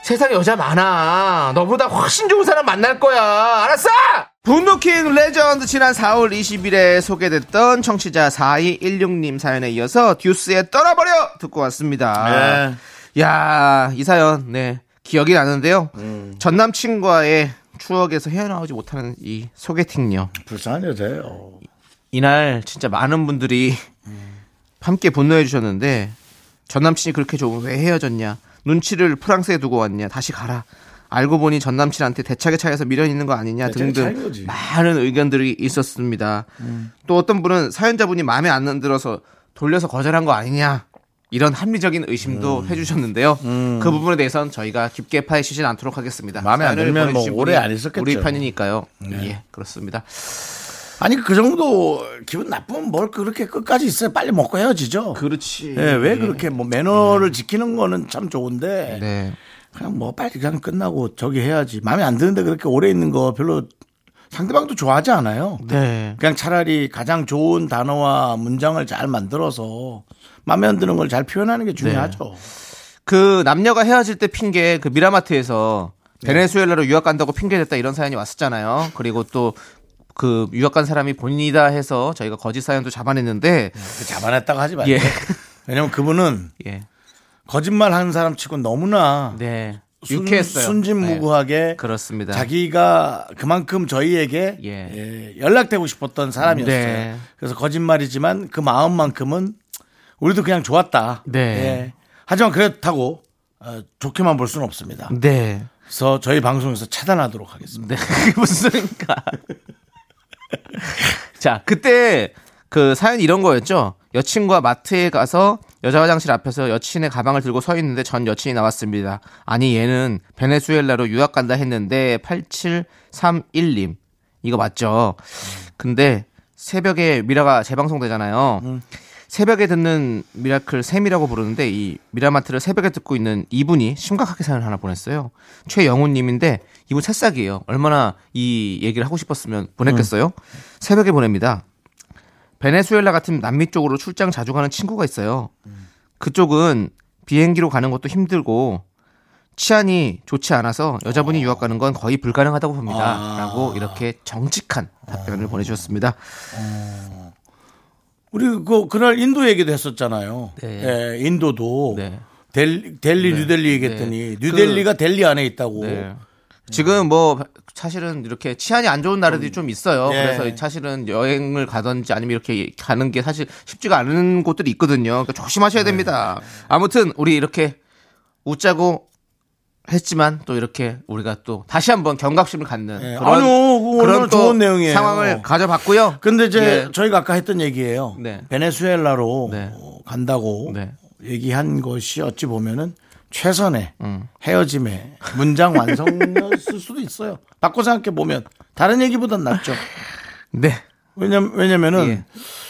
B: 세상에 여자 많아 너보다 훨씬 좋은 사람 만날 거야 알았어 분노킹 레전드 지난 4월 20일에 소개됐던 청취자 4216님 사연에 이어서 듀스의 떠나버려 듣고 왔습니다
D: 네.
B: 야, 이 사연, 네. 기억이 나는데요. 전 남친과의 추억에서 헤어나오지 못하는 이 소개팅요.
D: 불쌍한 여자예요.
B: 이날 진짜 많은 분들이 [laughs] 함께 분노해 주셨는데 전 남친이 그렇게 좋으면 왜 헤어졌냐? 눈치를 프랑스에 두고 왔냐? 다시 가라. 알고 보니 전 남친한테 대차게 차여서 미련 있는 거 아니냐
D: 대차게 차인
B: 등등
D: 거지. 음.
B: 많은 의견들이 있었습니다. 또 어떤 분은 사연자분이 마음에 안 들어서 돌려서 거절한 거 아니냐? 이런 합리적인 의심도
D: 음.
B: 해주셨는데요. 그 부분에 대해서는 저희가 깊게 파헤치진 않도록 하겠습니다.
D: 마음에 안 네.
B: 사연을
D: 들면 뭐
B: 보내주신
D: 오래
B: 분이
D: 안 있었겠죠.
B: 우리 편이니까요. 예, 그렇습니다.
A: 아니 그 정도 기분 나쁘면 뭘 그렇게 끝까지 있어요. 빨리 먹고 헤어지죠.
B: 그렇지.
A: 예, 왜 그렇게 뭐 매너를 지키는 거는 참 좋은데
B: 네.
A: 그냥 뭐 빨리 그냥 끝나고 저기 해야지. 마음에 안 드는데 그렇게 오래 있는 거 별로 상대방도 좋아하지 않아요.
B: 네.
A: 그냥 차라리 가장 좋은 단어와 문장을 잘 만들어서 마음에 안 드는 걸 잘 표현하는 게 중요하죠.
B: 그 남녀가 헤어질 때 핑계 그 미라마트에서 베네수엘라로 유학 간다고 핑계 댔다 이런 사연이 왔었잖아요. 그리고 또 그 유학 간 사람이 본이다 해서 저희가 거짓 사연도 잡아냈는데
A: 그 잡아냈다고 하지 말고. [laughs]
B: 예.
A: 왜냐면 그분은
B: 예.
A: 거짓말 하는 사람 치고 너무나
B: 네.
A: 순-
B: 유쾌했어요.
A: 순진무구하게
B: 네. 그렇습니다.
A: 자기가 그만큼 저희에게
B: 예.
A: 예, 연락되고 싶었던 사람이었어요.
B: 네.
A: 그래서 거짓말이지만 그 마음만큼은 우리도 그냥 좋았다.
B: 네.
A: 예. 하지만 그렇다고 어, 좋게만 볼 수는 없습니다.
B: 네.
A: 그래서 저희 방송에서 차단하도록 하겠습니다.
B: 네. [laughs] 그게 무슨 소린가. [laughs] 자, 그때 그 사연 이런 거였죠. 여친과 마트에 가서 여자 화장실 앞에서 여친의 가방을 들고 서 있는데 전 여친이 나왔습니다. 아니, 얘는 베네수엘라로 유학 간다 했는데 8731님. 이거 맞죠? 근데 새벽에 미라가 재방송되잖아요. 새벽에 듣는 미라클 샘이라고 부르는데 이 미라마트를 새벽에 듣고 있는 이분이 심각하게 사연을 하나 보냈어요. 최영훈님인데 이분 새싹이에요. 얼마나 이 얘기를 하고 싶었으면 보냈겠어요? 새벽에 보냅니다. 베네수엘라 같은 남미 쪽으로 출장 자주 가는 친구가 있어요. 그쪽은 비행기로 가는 것도 힘들고 치안이 좋지 않아서 여자분이 유학 가는 건 거의 불가능하다고 봅니다. 라고 이렇게 정직한 답변을 보내주셨습니다.
A: 우리 그 그날 인도 얘기도 했었잖아요.
B: 네.
A: 예, 인도도
B: 네. 그
A: 델리, 델리 뉴델리 얘기했더니 뉴델리가 델리 안에 있다고.
B: 네. 지금 뭐 사실은 이렇게 치안이 안 좋은 나라들이 좀 있어요.
A: 예.
B: 그래서 사실은 여행을 가든지 아니면 이렇게 가는 게 사실 쉽지가 않은 곳들이 있거든요. 그러니까
A: 예.
B: 조심하셔야 됩니다. 아무튼 우리 이렇게 웃자고 했지만 또 이렇게 우리가 또 다시 한번 경각심을 갖는
A: 예. 아니요, 그거 얼마나
B: 또
A: 좋은 내용이에요. 그
B: 상황을 가져봤고요.
A: 근데 이제
B: 예.
A: 저희가 아까 했던 얘기예요.
B: 네.
A: 베네수엘라로
B: 네.
A: 어, 간다고
B: 네.
A: 얘기한 것이 어찌 보면은 최선의
B: 음.
A: 헤어짐의 문장 완성이었을 수도 있어요. 바꿔 생각해 보면 다른 얘기보단 낫죠.
B: 네.
A: 왜냐면 왜냐면은
B: 예.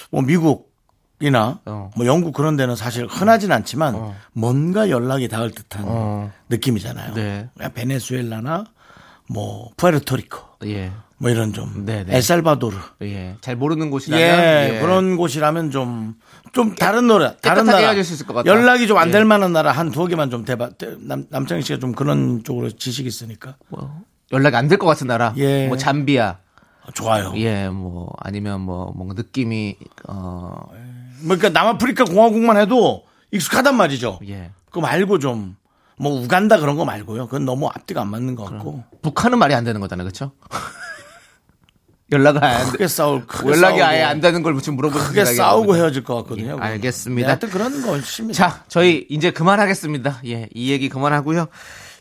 A: 뭐 미국이나
B: 어.
A: 뭐 영국 그런 데는 사실 흔하진 않지만 뭔가 연락이 닿을 듯한 느낌이잖아요.
B: 어. 네.
A: 그냥 베네수엘라나 뭐 푸에르토리코
B: 예.
A: 뭐 이런 좀
B: 네, 네.
A: 엘살바도르
B: 예. 잘 모르는 곳이라면
A: 예,
B: 예.
A: 그런 곳이라면 좀 좀 다른 노래 다른
B: 깨끗하게
A: 나라
B: 해줄 수 있을 것 같다.
A: 연락이 좀 안 될
B: 예.
A: 만한 나라 한 두어 개만 좀 대봐 남 남창희 씨가 좀 그런 쪽으로 지식이 있으니까
B: 뭐 연락이 안 될 것 같은 나라.
A: 예.
B: 뭐 잠비아.
A: 좋아요.
B: 예, 뭐 아니면 뭐 뭔가 느낌이 어
A: 뭐 그러니까 남아프리카 공화국만 해도 익숙하단 말이죠.
B: 예.
A: 그거 말고 좀 뭐 우간다 그런 거 말고요. 그건 너무 앞뒤가 안 맞는 것 같고
B: 북한은 말이 안 되는 거잖아요, 그렇죠? [laughs] 연락을 안 돼-
A: 크게 싸울 크게
B: 연락이
A: 싸우고,
B: 아예 안 되는 걸 지금 물어보는
A: 크게
B: 생각이
A: 싸우고
B: 나거든요.
A: 헤어질 것 같거든요. 그건.
B: 알겠습니다.
A: 네, 하여튼 그런 것입니다.
B: 자, 저희 이제 그만하겠습니다. 예, 이 얘기 그만하고요.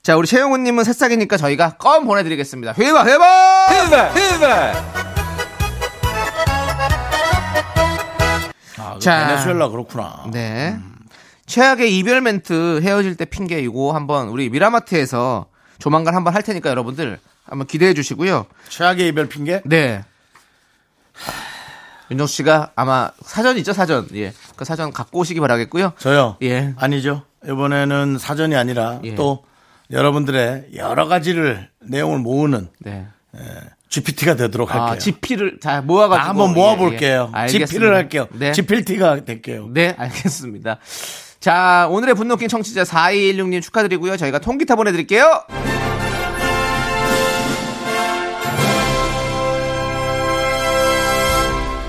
B: 자, 우리 최영훈님은 새싹이니까 저희가 껌 보내드리겠습니다. 회바 회바
A: 아,
B: 자.
A: 베네수엘라 그렇구나.
B: 네. 최악의 이별 멘트 헤어질 때 핑계 이거 한번 우리 미라마트에서 조만간 한번 할 테니까 여러분들 한번 기대해 주시고요.
A: 최악의 이별 핑계?
B: 네. [sighs] 윤정 씨가 아마 사전 있죠 사전 예 그 사전 갖고 오시기 바라겠고요
A: 저요.
B: 예.
A: 아니죠. 이번에는 사전이 아니라
B: 예.
A: 또 여러분들의 여러 가지를 내용을 모으는
B: 네.
A: GPT가 되도록
B: 아,
A: 할게요.
B: 지피를 다 모아가지고
A: 다 한번 모아볼게요.
B: 예, 예.
A: GP를 할게요.
B: 네.
A: GPT가 될게요.
B: 네, 알겠습니다. 자, 오늘의 분노킹 청취자 4216님 축하드리고요. 저희가 통기타 보내드릴게요.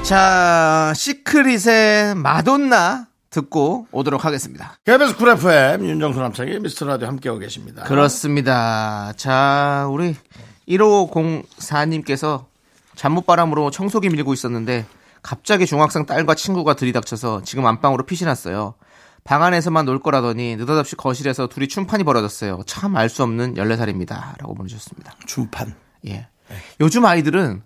B: 자, 시크릿의 마돈나 듣고 오도록 하겠습니다.
A: KBS 쿨 FM 윤정수 남창희 미스터 라디오 함께하고 계십니다.
B: 그 그렇습니다. 자, 우리 1504님께서 잠못바람으로 청소기 밀고 있었는데 갑자기 중학생 딸과 친구가 들이닥쳐서 지금 안방으로 핏이 났어요. 방 안에서만 놀 거라더니 느닷없이 거실에서 둘이 춤판이 벌어졌어요. 참 알 수 없는 14살입니다. 라고 보내주셨습니다.
A: 춤판.
B: 예. 요즘 아이들은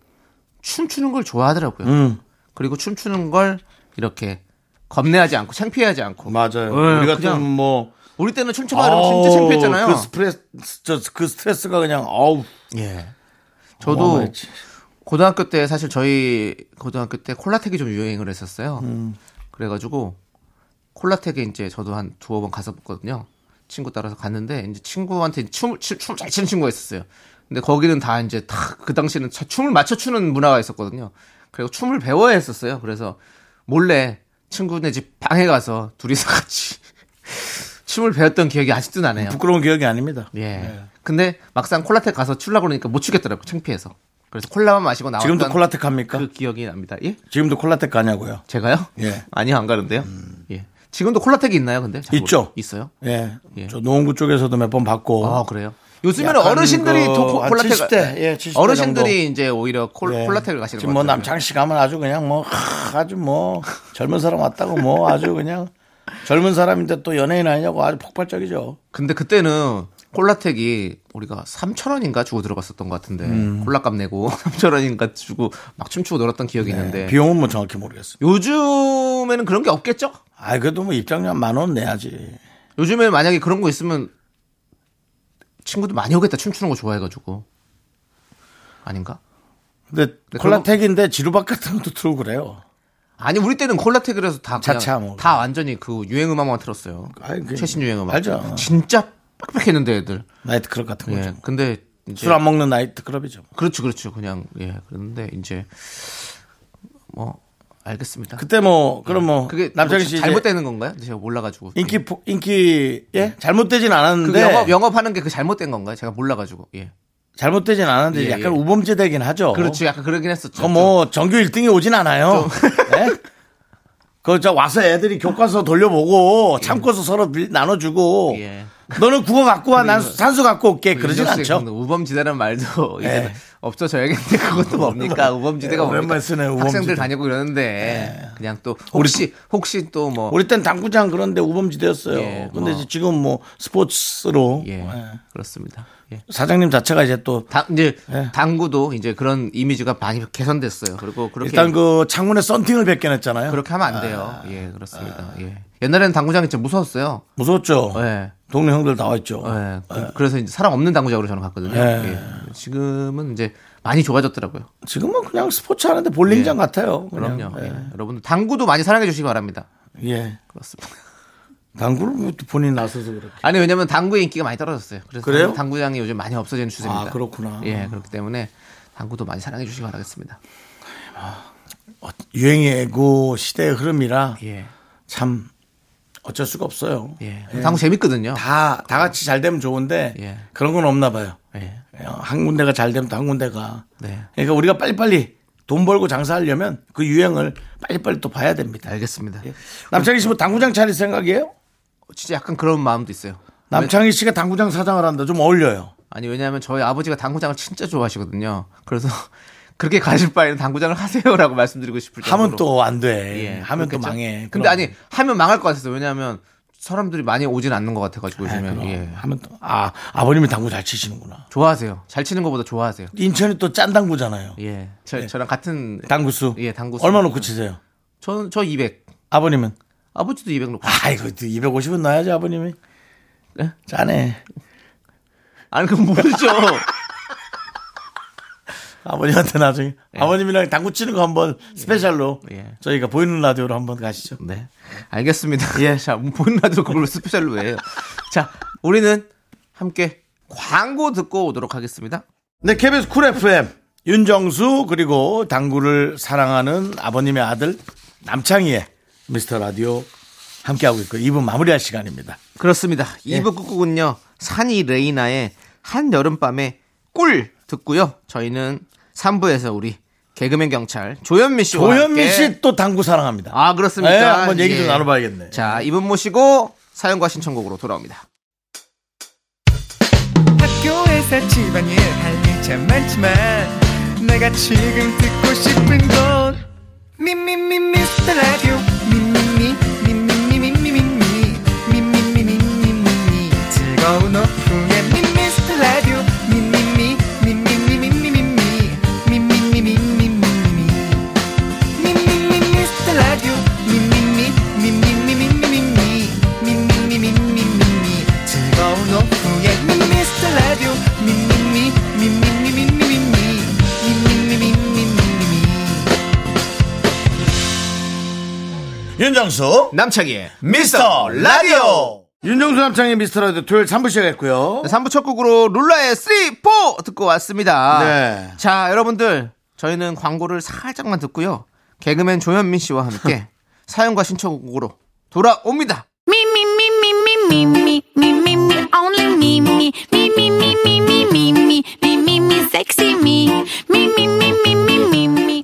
B: 춤추는 걸 좋아하더라고요. 그리고 춤추는 걸 이렇게 겁내하지 않고 창피해하지 않고
A: 맞아요.
B: 예,
A: 우리
B: 그냥
A: 같은 뭐
B: 우리 때는 춤추면 진짜
A: 아우,
B: 창피했잖아요.
A: 그 스트레스, 저, 그 스트레스가 그냥 아우
B: 예. 저도
A: 어마어마했지.
B: 고등학교 때 사실 저희 고등학교 때 콜라텍이 좀 유행을 했었어요.
A: 음.
B: 그래가지고 콜라텍에 이제 저도 한 두어 번 갔었거든요. 친구 따라서 갔는데 이제 친구한테 춤을 춤 잘 추는 친구가 있었어요. 근데 거기는 다 이제 다 그 당시에는 자- 춤을 맞춰 추는 문화가 있었거든요. 그리고 춤을 배워야 했었어요. 그래서 몰래 친구네 집 방에 가서 둘이서 [laughs] 같이 춤을 배웠던 기억이 아직도 나네요.
A: 음, 부끄러운 네. 기억이 아닙니다.
B: 예. 근데 막상 콜라텍 가서 출라 그러니까 못 추겠더라고 창피해서. 그래서 콜라만 마시고 나왔던
A: 지금도 콜라텍 합니까?
B: 그 기억이 납니다. 예?
A: 지금도 콜라텍 가냐고요.
B: 제가요?
A: 예.
B: [laughs]
A: 음.
B: 아니요 안 가는데요. 예. 지금도 콜라텍이 있나요? 근데 잘
A: 있죠.
B: 모르- 있어요.
A: 예.
B: 예.
A: 저 노원구 쪽에서도 몇 번 봤고.
B: 아 그래요. 요즘에는
A: 약간
B: 어르신들이
A: 그-
B: 도-
A: 한
B: 콜라텍
A: 70대, 예, 70대 정도.
B: 어르신들이 이제 오히려 콜,
A: 예.
B: 콜라텍을 가시는
A: 지금
B: 것
A: 뭐
B: 같아요.
A: 남창씨 가면 아주 그냥 뭐 하, 아주 뭐 젊은 사람 왔다고 뭐 아주 그냥 젊은 사람인데 또 연예인 아니냐고 아주 폭발적이죠.
B: 근데 그때는 콜라텍이 우리가 3천 원인가 주고 들어갔었던 것 같은데
A: 음.
B: 콜라값 내고 [laughs] 3천 원인가 주고 막 춤추고 놀았던 기억이 있는데
A: 비용은 뭐 정확히 모르겠어요.
B: 요즘에는 그런 게 없겠죠?
A: 아 그래도 뭐 입장료 한 만 원 내야지.
B: 요즘에 만약에 그런 거 있으면 친구들 많이 오겠다 춤추는 거 좋아해가지고 아닌가?
A: 근데
B: 네,
A: 콜라텍인데 지루박 같은 것도 들고 그래요.
B: 아니 우리 때는 콜라텍이라서 다 그냥
A: 자차 뭐.
B: 다 완전히 그 유행 음악만 들었어요.
A: 아니, 그-
B: 최신 유행 음악.
A: 알죠.
B: 진짜 빽빽했는데 애들.
A: 나이트클럽 같은 거죠.
B: 예. 근데 이제
A: 술 안 먹는 나이트클럽이죠.
B: 그렇죠, 그렇죠. 그냥 예. 그런데 이제 뭐 알겠습니다.
A: 그때 뭐 그럼 뭐
B: 그게
A: 남창희
B: 뭐
A: 씨 이제
B: 잘못되는 건가요? 제가 몰라가지고.
A: 인기 포- 인기 예 잘못되진
B: 그
A: 않았는데
B: 영업 영업하는 게 그 잘못된 건가요? 제가 몰라가지고. 예.
A: 잘못되진 않았는데
B: 예,
A: 약간
B: 예.
A: 우범죄되긴 하죠.
B: 그렇죠. 약간 그러긴 했었죠.
A: 어? 그거 뭐 전교 1등이 오진 않아요. 예? 그저 와서 애들이 교과서 돌려보고 참고서 서로 빌- 나눠주고
B: 예.
A: 너는 국어 갖고 와 난 산수 갖고 올게 그러진
B: 윤정 씨의
A: 않죠.
B: 그 우범지대라는 말도 [laughs] 이제
A: 예.
B: 없어져야겠는데 [laughs] 그것도 뭡니까? 우범지대가
A: 예,
B: 뭡니까?
A: 오랜만에 네. 쓰네, 우범지대. 네.
B: 학생들 다니고 이러는데 그냥 또 혹시 혹시 또 뭐
A: 우리 땐 당구장 그런데 우범지대였어요.
B: 예,
A: 근데
B: 뭐.
A: 지금 뭐 스포츠로
B: 예,
A: 예.
B: 그렇습니다. 예.
A: 사장님 자체가 이제 또
B: 당 이제
A: 예.
B: 당구도 이제 그런 이미지가 많이 개선됐어요. 그리고 그렇게
A: 일단 그 창문에 썬팅을 벗겨냈잖아요.
B: 예.
A: 아.
B: 그렇게 하면 안 돼요. 예, 그렇습니다. 예. 옛날에는 당구장이 진짜 무서웠어요.
A: 무서웠죠.
B: 예.
A: 동네 형들 다 와있죠.
B: 예. 그-
A: 아.
B: 그래서 이제 사람 없는 당구장으로 저는 갔거든요.
A: 예.
B: 예. 지금은 이제 많이 좋아졌더라고요.
A: 지금은 그냥 스포츠 하는데 볼링장 같아요. 그냥.
B: 예.
A: 네.
B: 그럼요. 예. 여러분들 당구도 많이 사랑해 주시기 바랍니다.
A: 예. 예.
B: 그렇습니다.
A: 당구를 뭐 본인 나서서 그렇게.
B: 아니 왜냐면 당구의 인기가 많이 떨어졌어요. 그래서
A: 그래요?
B: 당구장이 요즘 많이 없어지는
A: 아,
B: 추세입니다.
A: 그렇구나.
B: 예, 그렇기 때문에 당구도 많이 사랑해 주시기 바라겠습니다.
A: 어, 유행이고 시대의 흐름이라
B: 예.
A: 참 어쩔 수가 없어요.
B: 예. 당구 재밌거든요.
A: 다, 다 같이 잘 되면 좋은데
B: 예.
A: 그런 건 없나 봐요.
B: 예.
A: 예, 한 군데가 잘 되면 또 한 군데가.
B: 네.
A: 그러니까 우리가 빨리빨리 돈 벌고 장사하려면 그 유행을 빨리빨리 또 봐야 됩니다.
B: 알겠습니다.
A: 남창희 씨 뭐 당구장 차릴 생각이에요?
B: 진짜 약간 그런 마음도 있어요.
A: 남창희 씨가 당구장 사장을 한다. 좀 어울려요.
B: 아니 왜냐하면 저희 아버지가 당구장을 진짜 좋아하시거든요. 그래서 [laughs] 그렇게 가실 바에는 당구장을 하세요라고 말씀드리고 싶을 정도로.
A: 하면 또 안 돼.
B: 네, 예,
A: 하면 또
B: 그렇겠죠.
A: 망해.
B: 근데
A: 그럼.
B: 아니 하면 망할 것 같아서 왜냐하면 사람들이 많이 오진 않는 것 같아가지고 요즘에
A: 그럼.
B: 예.
A: 하면 또, 아, 아버님이 당구 잘 치시는구나.
B: 좋아하세요. 잘 치는 것보다 좋아하세요.
A: 인천이 또 짠당구잖아요.
B: 예, 저, 저랑 같은
A: 네. 당구수.
B: 예, 당구수.
A: 얼마 놓고 치세요?
B: 저는 저 200.
A: 아버님은?
B: 아버지도 200 놓고.
A: 아이고, 250은 넣어야지, 아버님이.
B: 예?
A: 짜네.
B: 아니
A: [laughs]
B: 그건 모르죠.
A: 아버님한테 나중에. 아버님이랑 당구 치는 거 한번 스페셜로
B: 예.
A: 저희가 보이는 라디오로 한번 가시죠.
B: 네, 알겠습니다. [laughs] 예, 자 본라도 그걸로 스페셜로 해요. 자, 우리는 함께 광고 듣고 오도록 하겠습니다.
A: 네, KBS 쿨 FM. 윤정수, 그리고 당구를 사랑하는 아버님의 아들 남창희의 미스터 라디오 함께하고 있고, 이분 마무리할 시간입니다.
B: 그렇습니다.
A: 예.
B: 2부 끝곡은요. 산이 레이나의 한여름밤의 꿀 듣고요. 저희는 3부에서 우리 개그맨 경찰 조현미 씨와
A: 조현미
B: 함께
A: 씨 또 당구 사랑합니다.
B: 아 그렇습니까?
A: 예, 한번 얘기 좀 나눠봐야겠네.
B: 자, 이분 모시고 사연과 신청곡으로 돌아옵니다.
F: 학교에서 집안일 할 일 참 많지만 내가 지금 듣고 싶은 건 미미미 미스터 라디오 미미미 미미미 미미미 미미미 미미미 즐거운 오후에 미스터 라디오 미미미 미미미 미미미 미미미 미미미
G: 윤정수
B: 남창희의
G: 미스터 라디오
A: 윤정수 남창의 미스터라디오 토요일 3부 시작했고요.
B: 3부 첫 곡으로 룰라의 3, 4 듣고 왔습니다.
A: 네.
B: 자, 여러분들, 저희는 광고를 살짝만 듣고요. 개그맨 조현민 씨와 [laughs] 함께 사연과 신청곡으로 돌아옵니다.
E: Me, me, me, me, me, me, me, me, me, me, only me, me, me, me, me, me, me, me, me, me, me, me, sexy me, me, me, me, me, me, me, me.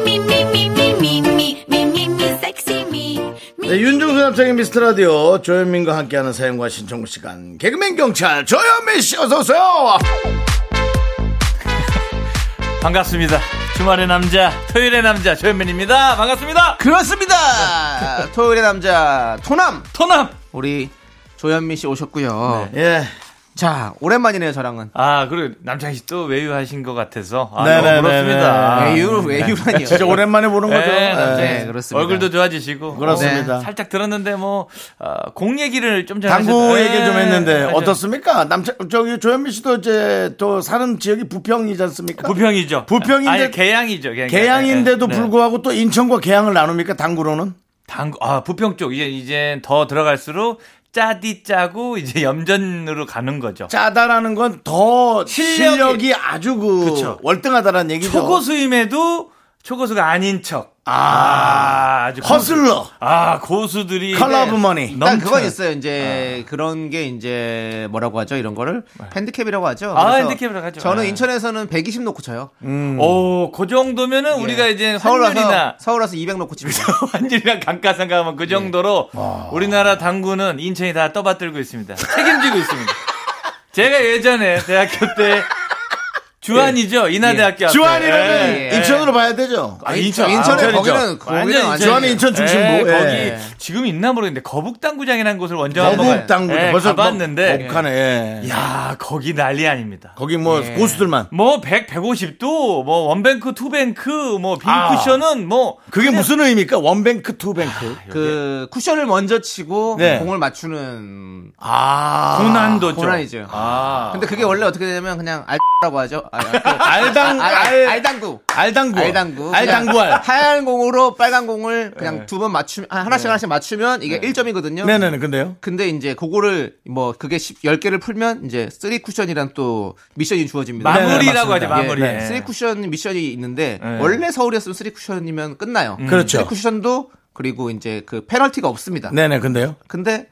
E: me, me, me, me, me, me, me, me, me, sexy me.
A: 네, 윤종수 남창의 미스터 라디오 조현민과 함께하는 사연과 신청 시간 개그맨 경찰 조현민 씨 어서 오세요.
H: 반갑습니다. 주말의 남자, 토요일의 남자, 조현민입니다. 반갑습니다.
B: 그렇습니다! 네. 토요일의 남자, 토남!
H: 토남! 네.
B: 우리 조현민 씨 오셨고요.
A: 예.
B: 자, 오랜만이네요, 저랑은.
H: 아, 그리고 남창희 씨또 외유하신 것 같아서. 아,
A: 네네네네.
H: 너무 부럽습니다. 아,
B: 외유, 외유라니요.
A: 진짜 오랜만에 보는
H: 네,
A: 거죠.
H: 남창희
A: 예.
H: 씨.
B: 그렇습니다.
H: 얼굴도 좋아지시고.
A: 그렇습니다.
H: 어, 살짝 들었는데, 뭐, 어, 공 얘기를 좀 전에.
A: 당구
H: 하셨-
A: 얘기 좀
H: 예,
A: 했는데
H: 하셨-
A: 어떻습니까? 남자 저기 조현민 씨도 이제 또 사는 지역이 부평이지 않습니까?
H: 부평이죠.
A: 부평인데-
H: 아니, 개양이죠. 개양.
A: 개양인데도
H: 그러니까 예, 예. 네.
A: 불구하고 또 인천과 개양을 나눕니까? 당구로는?
H: 당구, 아, 부평 쪽. 이제, 이제 더 들어갈수록 짜디 짜고 이제 [laughs] 염전으로 가는 거죠.
A: 짜다라는 건 더 실력이,
H: 실력이-
A: 아주 그
H: 그쵸.
A: 월등하다라는 얘기죠.
H: 초고수임에도 초고수가 아닌 척. 아, 아주
A: 허슬러.
H: 고수- 아, 고수들이.
A: 컬러 오브 머니.
H: [laughs] 넘쳐요. 아.
B: 일단 그건 있어요. 이제 그런 게 이제 뭐라고 하죠? 이런 거를 핸드캡이라고 하죠.
H: 아,
B: 그래서
H: 핸디캡이라고 하죠.
B: 저는
H: 네.
B: 인천에서는 120 놓고 쳐요.
A: 음.
H: 오, 그 정도면은 우리가
B: 예.
H: 이제
B: 서울 와서
H: 네, 환율이나 [laughs]
B: 서울 와서 200 놓고 칩니다. [laughs]
H: 환율이나 감가상각하면
A: 예.
H: 그 정도로 우리나라 당구는 인천이 다 떠받들고 있습니다.
A: [laughs]
H: 책임지고 있습니다. 제가 예전에 대학교 때 주한이죠 인하대학교 앞에
A: 예. 주한이라는
H: 예, 예.
A: 인천으로 봐야 되죠.
H: 아, 인천,
B: 인천에
H: 아,
B: 거기는 그
H: 완전이죠. 완전
B: 거기는
H: 인천이죠.
A: 주한이 인천 중심부.
H: 예, 거기
A: 예.
H: 지금 있나 모르겠는데 거북당구장이라는 곳을 원정 한번
A: 거북 당구
H: 예,
A: 벌써
H: 가봤는데
A: 거북하네. 예.
H: 야 거기 난리 아닙니다.
A: 거기 뭐 고수들만.
H: 뭐 100, 150도 뭐 원뱅크, 투뱅크, 뭐 빈쿠션은 뭐
A: 그게 무슨 의미입니까? 원뱅크 투뱅크.
H: 아, 예.
B: 그 쿠션을 먼저 치고
A: 네.
B: 공을 맞추는
A: 아.
H: 고난도죠.
B: 고난이죠.
H: 아.
B: 근데 그게 원래 어떻게 되냐면 그냥 알라고 하죠. 아,
H: [laughs]
B: 아,
A: 알당
B: 알,
A: 알,
B: 알당구.
A: 알당구.
B: 알당구. 그냥
A: 알당구알. 네.
B: 하얀 공으로 빨간 공을 그냥 두 번 맞추면 아, 하나씩 하나씩 맞추면 이게 1점이거든요.
A: 네네네. 근데요.
B: 근데 이제 그거를 뭐 그게 10개를 풀면 이제 쓰리 쿠션이란 또 미션이 주어집니다.
H: 마무리라고
A: 네,
H: 하죠,
A: 맞습니다.
H: 마무리.
A: 예, 네.
B: 쓰리
H: 예.
B: 쿠션 미션이 있는데
H: 네.
B: 원래 서울이었으면 쓰리 쿠션이면 끝나요.
A: 그렇죠.
B: 쓰리 쿠션도 그리고 이제 그 페널티가 없습니다.
A: 아. 네네. 근데요.
B: 근데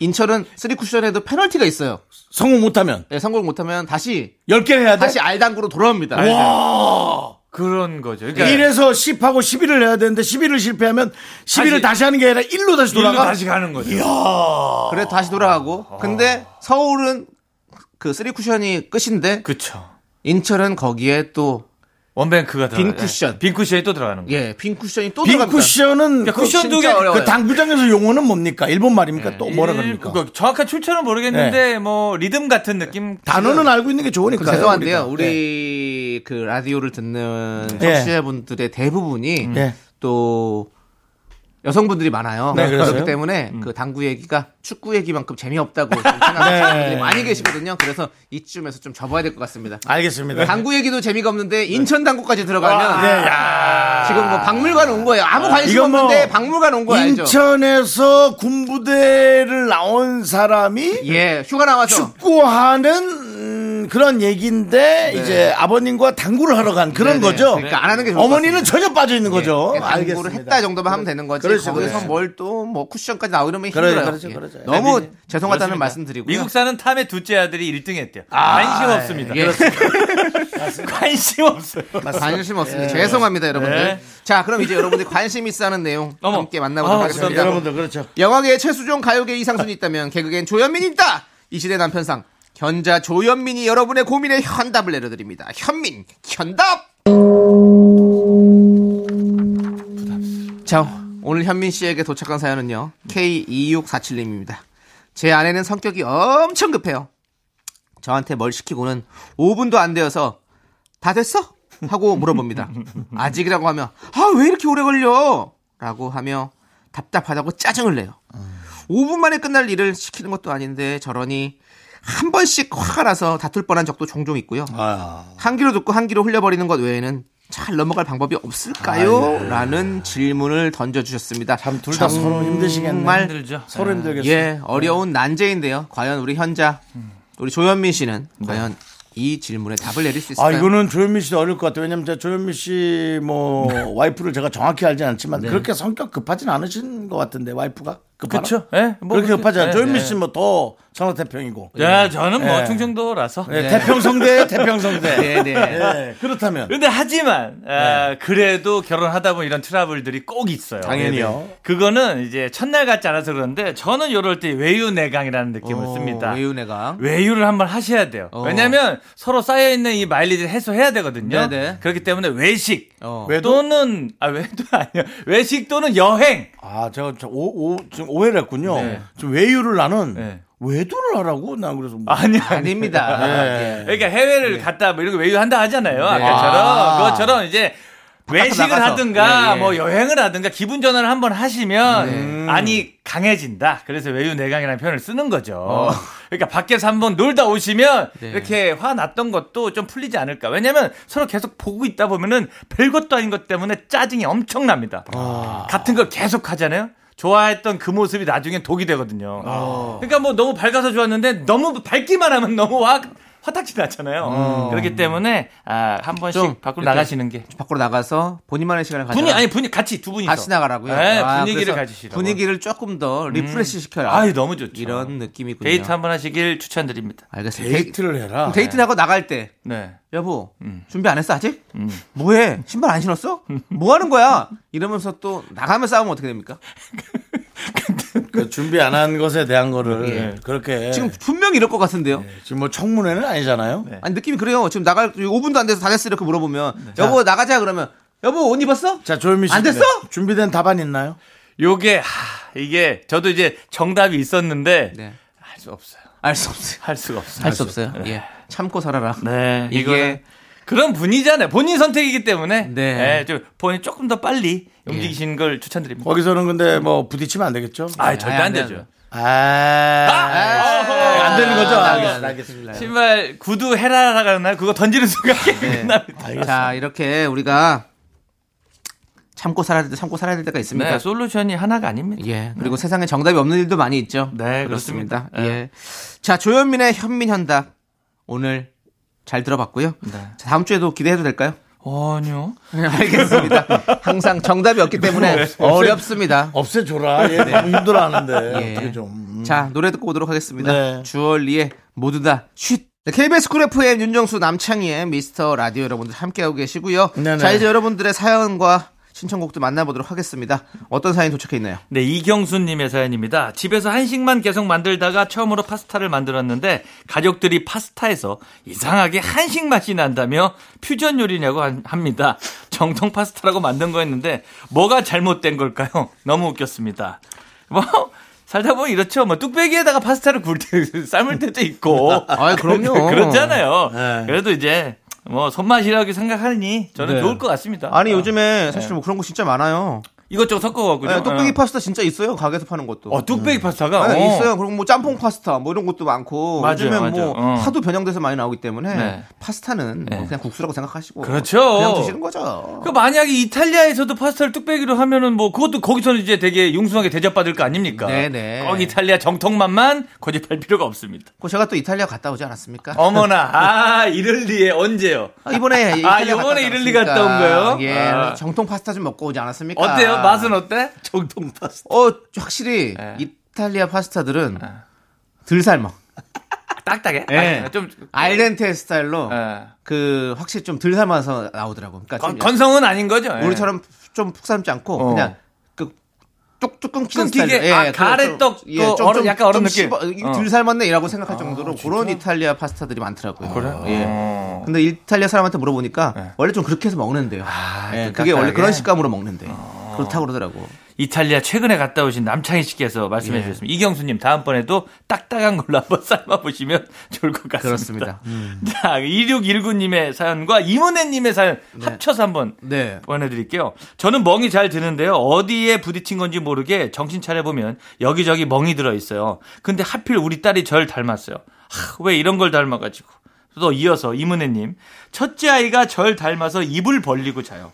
B: 인천은 쓰리 쿠션에도 페널티가 있어요.
A: 성공 못하면
B: 네, 성공 못하면 다시
A: 10개 해야 돼.
B: 다시 알당구로 돌아옵니다.
A: 와.
H: 그런 거죠. 그러니까
A: 1에서 10하고 11을 해야 되는데 11을 실패하면 11을 다시,
H: 다시-
A: 하는 게 아니라 1로 다시
H: 일로
A: 돌아가.
H: 다시 가는 거죠.
B: 그래 다시 돌아가고. 근데 서울은 그 쓰리 쿠션이 끝인데
H: 그쵸.
B: 인천은 거기에 또
H: 원뱅크가 들어.
B: 빈 쿠션.
H: 빈 쿠션이 그 또 들어가는 거. 요
B: 예, 빈 쿠션이 또
A: 빈
B: 들어갑니다.
A: 쿠션은
H: 야,
A: 그-
H: 쿠션
A: 진짜
H: 두 개, 그
A: 어려워요. 그 당구장에서 용어는 뭡니까? 일본 말입니까? 또 뭐라 그럽니까? 네.
H: 정확한 출처는 모르겠는데 뭐 리듬 같은 느낌.
A: 단어는 알고 있는 게 좋으니까.
B: 그러니까
A: 우리가.
B: 죄송한데요.
A: 네.
B: 우리 그 라디오를 듣는
A: 예.
B: 청취자분들의 대부분이
A: 예.
B: 또 여성분들이 많아요.
A: 네, 그래서요?
B: 그렇기 때문에 그 당구 얘기가 축구 얘기만큼 재미없다고 좀 생각하시는
A: 네.
B: 분들이 많이 계시거든요. 그래서 이쯤에서 좀 접어야 될 것 같습니다.
A: 알겠습니다.
B: 당구 얘기도 재미가 없는데 인천 당구까지 들어가면
A: 네, 야.
B: 지금 뭐 박물관 온 거예요. 아무 관심
A: 이건 뭐
B: 없는데 박물관 온 거예요. 알죠?
A: 인천에서 군부대를 나온 사람이
B: 예, 휴가 나와서
A: 축구하는 음, 그런 그런 얘기인데 이제 아버님과 당구를 하러 간 그런
B: 네, 네.
A: 거죠.
B: 그러니까 안 하는 게 좋을 것
A: 어머니는 전혀 빠져 있는 거죠.
B: 예, 당구를
A: 어, 알겠습니다.
B: 했다 정도만 하면 되는 거지.
A: 그렇죠,
B: 거기서
A: 그렇죠.
B: 뭘 또 뭐 쿠션까지 나오려면
A: 그래요,
B: 힘들어요.
A: 그렇죠,
B: 예.
A: 그렇죠.
B: 너무
A: 네,
B: 죄송하다는
H: 그렇습니다.
B: 말씀 드리고요.
H: 미국 사는 탐의 둘째 아들이 1등 했대요. 관심 없습니다.
B: 예.
H: 관심 없어요.
B: 관심
A: 예.
B: 없습니다. 죄송합니다, 여러분들.
A: 네.
H: 예.
B: 자, 그럼 이제 여러분들이 관심 있어 하는 내용
H: 어머.
B: 함께 만나보도록
H: 아,
B: 하겠습니다.
A: 여러분들 그렇죠.
B: 영화계의 최수종 가요계 이상순이 있다면 개그계엔 조현민이 있다. 이 시대 남편상 견자 조현민이 여러분의 고민에 현답을 내려드립니다. 현민 현답. 자 오늘 현민 씨에게 도착한 사연은요 K2647님입니다. 제 아내는 성격이 엄청 급해요. 저한테 뭘 시키고는 5분도 안 되어서 다 됐어? 하고 물어봅니다. 아직이라고 하면 아 왜 이렇게 오래 걸려? 라고 하며 답답하다고 짜증을 내요. 5분 만에 끝날 일을 시키는 것도 아닌데 저러니 한 번씩 화가 나서 다툴 뻔한 적도 종종 있고요.
A: 아.
B: 한 귀로 듣고 한 귀로 흘려버리는 것 외에는 잘 넘어갈 방법이 없을까요? 라는 질문을 던져주셨습니다.
A: 아, 예. 참 둘 다 서로 힘드시겠네. 네.
B: 정말
H: 힘들죠.
A: 서로 힘들겠어요.
B: 예, 어려운 난제인데요. 과연 우리 현자,
A: 음.
B: 우리 조현민 씨는 과연 이 질문에 답을 내릴 수
A: 네. 아
B: 있을까요?
A: 이거는 조현미 씨도 어려울 것 같아요. 왜냐면 제가 조현미 씨 뭐
B: 네.
A: 와이프를 제가 정확히 알진 않지만 그렇게 성격 급하진 않으신 것 같은데 와이프가 급하나?
H: 그쵸. 예, 뭐
A: 그렇게
H: 그렇게-
A: 급하지
B: 네,
A: 않아요.
H: 예,
A: 조현미
H: 예.
A: 씨는 뭐더 선호 태평이고.
H: 야, 저는 뭐
A: 예.
H: 충청도라서.
A: 네, 태평성대 태평성대.
B: 네, 네.
A: 예, 그렇다면
H: 근데 하지만 아, 그래도 결혼하다 보면 이런 트러블들이 꼭 있어요.
A: 예. 당연히요.
H: 네. 그거는 이제 첫날 같지 않아서 그런데 저는 이럴 때 어, 외유내강이라는 느낌을 씁니다.
B: 외유 내강.
H: 외유를 한번 하셔야 돼요.
B: 어.
H: 왜냐하면 서로 쌓여 있는 이 마일리지를 해소해야 되거든요.
B: 네네.
H: 그렇기 때문에 외식
B: 어.
A: 외도?
H: 또는 아 외도 [laughs] 아니요 외식 또는 여행.
A: 아 제가 저 오, 오, 지금 오해를 했군요.
H: 네.
A: 지금 외유를 나는
H: 네.
A: 외도를 하라고 난 그래서 뭐.
H: 아니
B: 아닙니다. 예.
H: 그러니까 해외를 갔다 뭐 이런 거 외유한다 하잖아요. 아까처럼
A: 아.
H: 그것처럼 이제 외식을
B: 네. 나가서.
H: 하든가
B: 예, 네. 예.
H: 뭐 여행을 하든가 기분 전환을 한번 하시면 안이 강해진다. 그래서 외유 내강이라는 표현을 쓰는 거죠. 그러니까 밖에서 한번 놀다 오시면
B: 어. 네.
H: 이렇게 화 났던 것도 좀 풀리지 않을까. 왜냐면 서로 계속 보고 있다 보면은 별것도 아닌 것 때문에 짜증이 엄청납니다.
B: 어.
H: 같은 걸 계속 하잖아요. 좋아했던 그 모습이 나중엔 독이 되거든요. 그러니까 뭐 너무 밝아서 좋았는데 너무 밝기만 하면 너무 화 화딱지 나잖아요. 그렇기 때문에 아, 한 번씩 밖으로 나가시는 게
B: 밖으로 나가서 본인만의 시간을 가져.
H: 분위 아니 분위 같이 두 분이서
B: 같이 나가라고요.
H: 네,
B: 아,
H: 분위기를
B: 그래서
H: 가지시라고. 음.
B: 분위기를 조금 더 리프레시 시켜라.
H: 아이 너무 좋죠.
B: 이런 느낌이군요.
H: 데이트 한번 하시길 추천드립니다.
B: 알겠습니다. 데이트
A: 데이트를 해라.
B: 데이트 하고 나갈 때
H: 네. 음.
B: 여보 준비 안 했어 아직? 뭐해? 신발 안 신었어? 뭐 하는 거야? 이러면서 또 나가면 싸우면 어떻게 됩니까?
A: 그 준비 안 한 것에 대한 거를
H: 네.
A: 그렇게
B: 지금
A: 지금
B: 네. 분명히 이럴 것 같은데요.
A: 뭐 청문회는 아니잖아요.
B: 아니 느낌이 그래요. 지금 나갈 5분도 안 돼서 다 됐어 이렇게 물어보면
H: 네.
B: 여보 나가자 그러면 여보 옷 입었어?
A: 자 조현미 씨
B: 안 됐어?
A: 준비된 답안 있나요?
H: 요게 하, 이게 저도 이제 정답이 있었는데
B: 네.
H: 할 수 없어요.
B: 알 수 없어요.
H: 할 수가 없어요.
B: 할 수 없어요. 예. 참고 살아라.
H: 네,
B: 이게-
H: 이게 그런 분이잖아요. 본인 선택이기 때문에
B: 네. 예.
H: 예, 좀 본인 조금 더 빨리 움직이시는 걸 추천드립니다.
A: 거기서는 근데 뭐 부딪히면 안 되겠죠?
H: 어, 아, 절대
B: 아니,
H: 안,
B: 네, 안 돼요.
H: 되죠.
A: 아,
H: 어허.
A: 안 되는 거죠?
B: 아,
A: 알겠습니다.
B: 아,
A: 알겠습니다.
H: 신발 구두 헤라라 그러나요? 그거 던지는 순간
B: 네.
H: 끝납니다.
B: 자 이렇게 우리가 참고 살아야 될 때, 참고 살아야 될 때가 있습니다.
H: 네, 솔루션이 하나가 아닙니다.
B: 예. 그리고 세상에 정답이 없는 일도 많이 있죠.
H: 네, 그렇습니다.
B: 예. 자, 조현민의 현민 현답. 오늘 잘 들어봤고요. 자, 다음 주에도 기대해도 될까요? [laughs]
H: 아니요.
B: 알겠습니다. 항상 정답이 없기 때문에 어렵습니다.
A: 없애줘라. 얘 너무 힘들어하는데
B: 예.
A: 어떻게 좀.
B: 자, 노래 듣고 오도록 하겠습니다.
A: 네.
B: 주얼리의 모두 다 쉿. 네, KBS 쿨 FM 윤정수 남창희의 미스터 라디오 여러분들 함께하고 계시고요.
A: 네네.
B: 자, 이제 여러분들의 사연과 신청곡도 만나보도록 하겠습니다. 어떤 사연이 도착해 있나요?
H: 네, 이경수님의 사연입니다. 집에서 한식만 계속 만들다가 처음으로 파스타를 만들었는데 가족들이 파스타에서 이상하게 한식 맛이 난다며 퓨전 요리냐고 한- 합니다. 정통 파스타라고 만든 거였는데 뭐가 잘못된 걸까요? 너무 웃겼습니다. 뭐 살다 보면 이렇죠. 뭐 뚝배기에다가 파스타를 굴 때, [laughs] 삶을 때도 [laughs] 있고.
B: 아이, 그럼요.
H: 그렇잖아요.
A: 네.
H: 그래도 이제 뭐 손맛이라고 생각하니 저는
A: 네.
H: 좋을 것 같습니다.
B: 아니
H: 어.
B: 요즘에 사실 뭐 그런 거 진짜 많아요.
H: 이것저것 섞어갖고.
B: 네,
H: 좀,
B: 뚝배기
H: 어.
B: 파스타 진짜 있어요. 가게에서 파는 것도.
H: 어, 뚝배기 파스타가?
B: 네,
H: 어.
B: 있어요. 그리고 뭐 짬뽕 파스타 뭐 이런 것도 많고
H: 맞아요,
B: 요즘엔 뭐
H: 맞아요. 어.
B: 하도 변형돼서 많이 나오기 때문에
H: 네.
B: 파스타는 뭐
H: 네.
B: 그냥 국수라고 생각하시고
H: 그렇죠.
B: 그냥 드시는 거죠.
H: 그 만약에 이탈리아에서도 파스타를 뚝배기로 하면은 뭐 그것도 거기서는 이제 되게 융숭하게 대접받을 거 아닙니까?
B: 네네.
H: 꼭 이탈리아 정통만만 고집할 필요가 없습니다.
B: 그 제가 또 이탈리아 갔다 오지 않았습니까?
H: 어머나, [laughs] 아 이럴리에 언제요?
B: 아, 이번에
H: [laughs] 아,
B: 이탈리아 갔다 오지
H: 요번에 이럴리
B: 않았습니까?
H: 갔다 온 거예요?
B: 예,
H: 아.
B: 정통 파스타 좀 먹고 오지 않았습니까?
H: 어때요? 맛은 어때? 정통 파스타.
B: 어, 확실히
H: 예.
B: 이탈리아 파스타들은 들 삶아.
H: 딱딱해?
B: 예.
H: 아, 좀
B: 알덴테 스타일로
H: 예.
B: 그 확실히 좀 들 삶아서 나오더라고. 그러니까
H: 건,
B: 좀
H: 건성은 아닌 거죠? 예.
B: 우리처럼 좀 푹 삶지 않고
H: 어.
B: 그냥 그 뚝뚝 끊기는 예,
H: 끊기게?
B: 스타일.
H: 아, 가래떡 또 얼음, 약간 얼음 느낌.
B: 씹어, 이거
H: 어. 아,
B: 들 삶았네라고 생각할 정도로 그런 이탈리아 파스타들이 많더라고요. 예.
H: 어.
B: 근데 이탈리아 사람한테 물어보니까 원래 좀 그렇게 해서 먹는데요. 예,
H: 네. 아, 좀
B: 그게 원래
H: 딱딱하게? 어.
B: 그런 식감으로 먹는데 그렇다고 그러더라고.
H: 이탈리아 최근에 갔다 오신 남창희 씨께서 말씀해 주셨습니다. 이경수님 다음번에도 딱딱한 걸로 한번 [laughs] 삶아보시면 좋을 것 같습니다. 음.
B: 그렇습니다.
H: 자, 2619님의 사연과 이문혜님의 사연 합쳐서 한번
B: 네.
H: 보내드릴게요. 저는 멍이 잘 드는데요. 어디에 부딪힌 건지 모르게 정신 차려보면 여기저기 멍이 들어있어요. 근데 하필 우리 딸이 절 닮았어요. 하, 왜 이런 걸 닮아가지고. 또 이어서 이문혜님. 첫째 아이가 절 닮아서 입을 벌리고 자요.